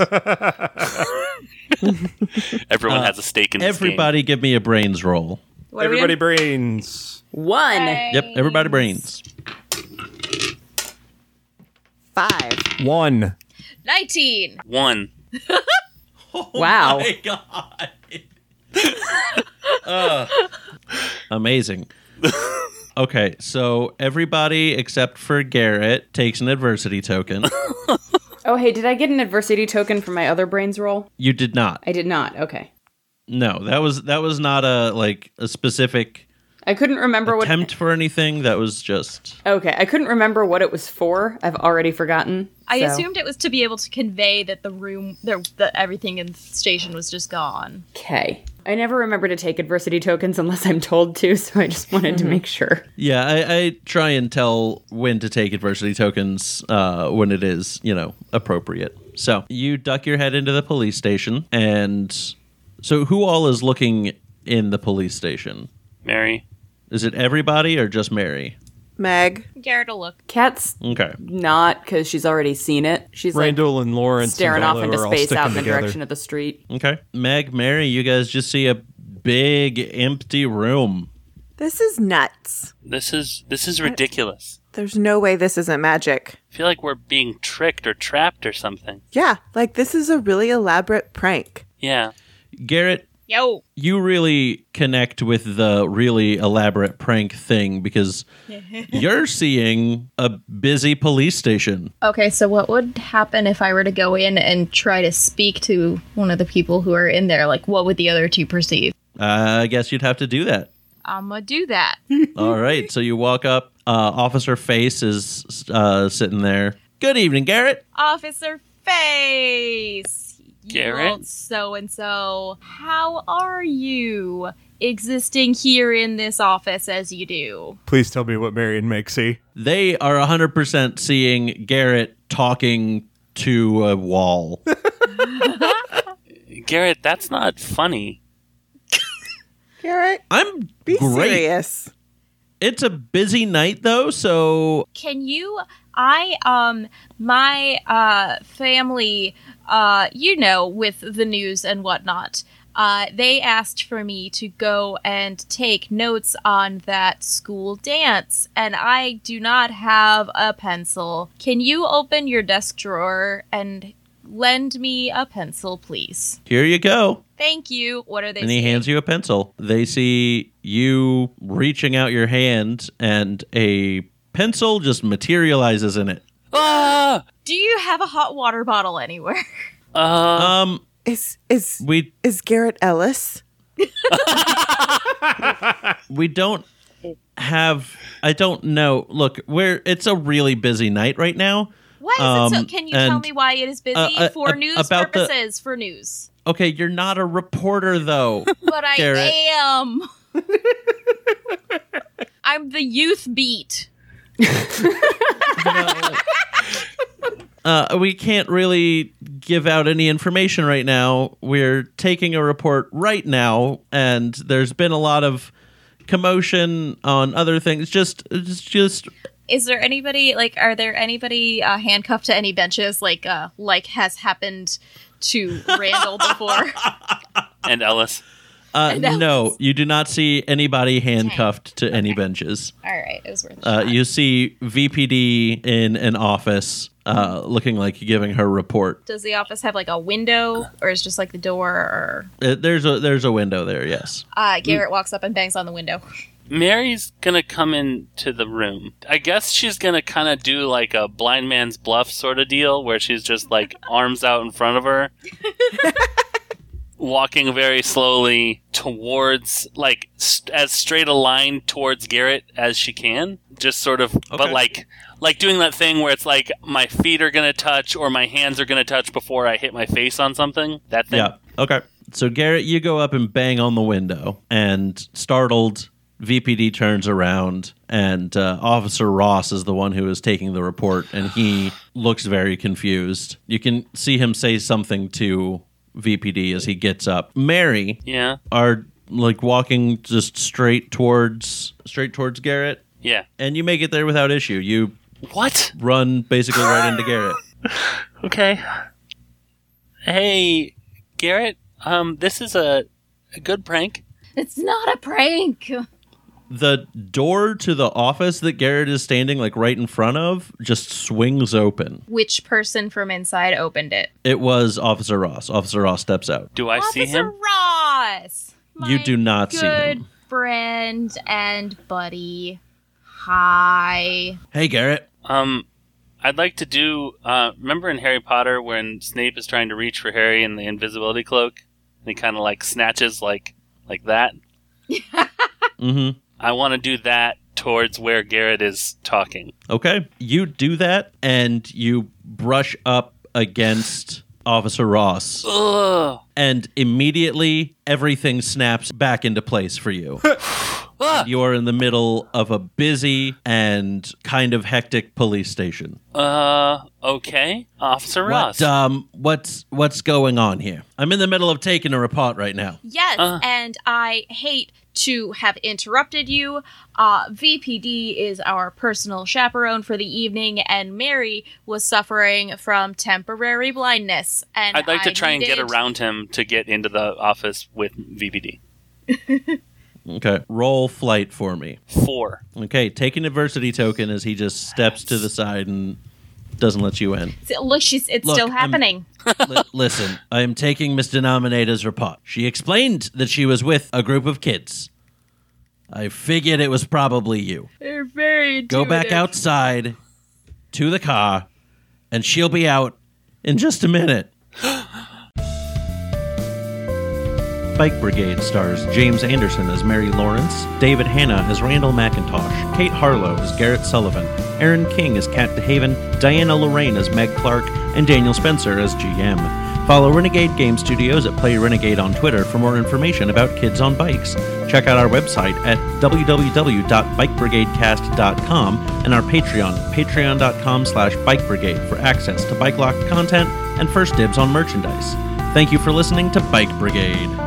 Speaker 2: Everyone has a stake in this
Speaker 1: Everybody give me a brains roll.
Speaker 7: What are we
Speaker 5: Everybody
Speaker 7: doing?
Speaker 5: brains.
Speaker 4: One.
Speaker 1: Yep, everybody brains.
Speaker 6: Five.
Speaker 5: One.
Speaker 7: Nineteen.
Speaker 2: game. One.
Speaker 4: Wow.
Speaker 1: my god. Ugh. amazing. Okay, so everybody except for Garrett takes an adversity token.
Speaker 4: Oh, hey, did I get an adversity token for my other brains roll?
Speaker 1: You did not.
Speaker 4: I did not. Okay.
Speaker 1: No, that was that was not a like a specific
Speaker 4: I couldn't remember what
Speaker 1: attempt for anything. That was just
Speaker 4: Okay, I couldn't remember what it was for. I've already forgotten.
Speaker 7: I
Speaker 6: So-
Speaker 7: assumed it was to be able to convey that the room, there- that everything in the station was just gone.
Speaker 4: Okay. I never remember to take adversity tokens unless I'm told to, so I just wanted to make sure.
Speaker 1: Yeah, I, I try and tell when to take adversity tokens uh, when it is, you know, appropriate. So you duck your head into the police station, and so who all is looking in the police station?
Speaker 2: Mary.
Speaker 1: Is it everybody or just Mary?
Speaker 6: Meg,
Speaker 7: Garrett will look.
Speaker 4: Cat's
Speaker 1: Okay.
Speaker 4: not because she's already seen it. She's
Speaker 5: Randall and
Speaker 4: like
Speaker 5: Lawrence
Speaker 4: staring
Speaker 5: and
Speaker 4: off
Speaker 5: Volo
Speaker 4: into
Speaker 5: are all
Speaker 4: space
Speaker 5: sticking
Speaker 4: out in the
Speaker 5: together.
Speaker 4: direction of the street.
Speaker 1: Okay. Meg, Mary, you guys just see a big empty room.
Speaker 6: this is nuts.
Speaker 2: This is this is ridiculous.
Speaker 6: There's no way this isn't magic.
Speaker 2: I feel like we're being tricked or trapped or something.
Speaker 6: Yeah, like this is a really elaborate prank.
Speaker 2: Yeah.
Speaker 1: Garrett,
Speaker 7: Yo,
Speaker 1: you really connect with the really elaborate prank thing because you're seeing a busy police station.
Speaker 7: Okay, so what would happen if I were to go in and try to speak to one of the people who are in there? Like, what would the other two perceive?
Speaker 1: I guess you'd have to do that.
Speaker 7: I'm gonna do that.
Speaker 1: All right. So you walk up. Uh, Officer Face is uh, sitting there. Good evening, Garrett.
Speaker 7: Officer Face! you
Speaker 2: Garrett?
Speaker 7: old So and so, how are you existing here in this office as you do?
Speaker 5: Please tell me what Mary and Meg see.
Speaker 1: They are 100% seeing Garrett talking to a wall.
Speaker 2: Garrett, that's not funny.
Speaker 6: Garrett,
Speaker 1: I'm
Speaker 6: be
Speaker 1: great.
Speaker 6: serious.
Speaker 1: It's a busy night, though. So
Speaker 7: Can you? I, um, my, uh, family, uh, you know, with the news and whatnot, uh, they asked for me to go and take notes on that school dance, and I do not have a pencil. Can you open your desk drawer and lend me a pencil, please?
Speaker 1: here you go.
Speaker 7: Thank you. What are they?
Speaker 1: And he
Speaker 7: saying?
Speaker 1: hands you a pencil. They see you reaching out your hand, and a pencil just materializes in it.
Speaker 2: Ah!
Speaker 7: Do you have a hot water bottle anywhere?
Speaker 2: Uh,
Speaker 1: Um,
Speaker 6: Is is
Speaker 1: we
Speaker 6: is Garrett Ellis?
Speaker 1: we don't have i don't know look we're it's a really busy night right now
Speaker 7: Why is it so?
Speaker 1: Um,
Speaker 7: Can you tell
Speaker 1: and,
Speaker 7: me why it is busy
Speaker 1: uh, uh,
Speaker 7: for
Speaker 1: ab-
Speaker 7: news
Speaker 1: about the-
Speaker 7: purposes? For news,
Speaker 1: okay you're not a reporter though
Speaker 7: but I
Speaker 1: Garrett.
Speaker 7: am. I'm the youth beat.
Speaker 1: uh, we can't really give out any information right now we're taking a report right now and there's been a lot of commotion on other things just it's just
Speaker 7: Is there anybody like? Are there anybody uh, handcuffed to any benches like uh, like has happened to Randall before?
Speaker 2: and Ellis.
Speaker 1: uh,
Speaker 7: That
Speaker 1: no you do not see anybody handcuffed to any benches
Speaker 7: All right, it was worth. A
Speaker 1: Uh,
Speaker 7: shot.
Speaker 1: you see VPD in an office, uh, looking like giving her report.
Speaker 7: Does the office have like a window, or is just like the door? Or
Speaker 1: Uh, there's a there's a window there. Yes.
Speaker 7: uh, Garrett walks up and bangs on the window.
Speaker 2: Mary's gonna come into the room. I guess she's gonna kind of do like a blind man's bluff sort of deal where she's just like arms out in front of her, walking very slowly towards, like, st- as straight a line towards Garrett as she can. Just sort of, but
Speaker 1: Okay.
Speaker 2: like, like doing that thing where it's like my feet are gonna touch or my hands are gonna touch before I hit my face on something. That thing.
Speaker 1: Yeah. Okay. So Garrett, you go up and bang on the window, and startled, VPD turns around, and uh, Officer Ross is the one who is taking the report, and he looks very confused. You can see him say something to VPD as he gets up. Mary
Speaker 2: Yeah.
Speaker 1: are like walking just straight towards straight towards Garrett.
Speaker 2: Yeah.
Speaker 1: and you make it there without issue. You
Speaker 2: What?
Speaker 1: run basically right into Garrett.
Speaker 2: Okay. Hey, Garrett. Um, this is a, a good prank.
Speaker 7: It's not a prank.
Speaker 1: The door to the office that Garrett is standing like right in front of just swings open.
Speaker 7: Which person from inside opened it?
Speaker 1: It was Officer Ross. Officer Ross steps out.
Speaker 2: Do I see
Speaker 7: Officer
Speaker 2: him?
Speaker 7: Ross.
Speaker 1: You do not see
Speaker 7: good
Speaker 1: him.
Speaker 7: friend and buddy. Hi.
Speaker 1: Hey Garrett.
Speaker 2: Um, I'd like to do. Uh, remember in Harry Potter when Snape is trying to reach for Harry in the invisibility cloak, and he kind of like snatches like like that.
Speaker 1: Mhm.
Speaker 2: I want to do that towards where Garrett is talking.
Speaker 1: Okay. You do that and you brush up against Officer Ross.
Speaker 2: Ugh.
Speaker 1: And immediately everything snaps back into place for you.
Speaker 2: Ah!
Speaker 1: You're in the middle of a busy and kind of hectic police station.
Speaker 2: Uh, okay. Officer Ross.
Speaker 1: What, um, what's what's going on here? I'm in the middle of taking a report right now.
Speaker 7: Yes,
Speaker 2: Uh.
Speaker 7: and I hate to have interrupted you. Uh, VPD is our personal chaperone for the evening, and Mary was suffering from temporary blindness. And
Speaker 2: I'd like to
Speaker 7: I
Speaker 2: try and get
Speaker 7: needed-
Speaker 2: around him to get into the office with VPD.
Speaker 1: Okay. Roll flight for me.
Speaker 2: Four.
Speaker 1: Okay, take an adversity token as he just steps to the side and doesn't let you in.
Speaker 7: S- Look, she's it's
Speaker 1: Look,
Speaker 7: still
Speaker 1: I'm-
Speaker 7: happening.
Speaker 1: Li- listen, I am taking Miss Denominator's report. She explained that she was with a group of kids. I figured it was probably you.
Speaker 7: They're very
Speaker 1: Go back
Speaker 7: intuitive.
Speaker 1: outside to the car, and she'll be out in just a minute. Bike Brigade stars James Anderson as Mary Lawrence, David Hanna as Randall McIntosh, Kate Harlow as Garrett Sullivan, Aaron King as Kat DeHaven, Diana Lorraine as Meg Clark, and Daniel Spencer as GM. Follow Renegade Game Studios at Play Renegade on Twitter for more information about Kids on Bikes. Check out our website at www.bikebrigadecast.com and our Patreon, patreon.com slash bikebrigade for access to Bike Lock content and first dibs on merchandise. Thank you for listening to Bike Brigade.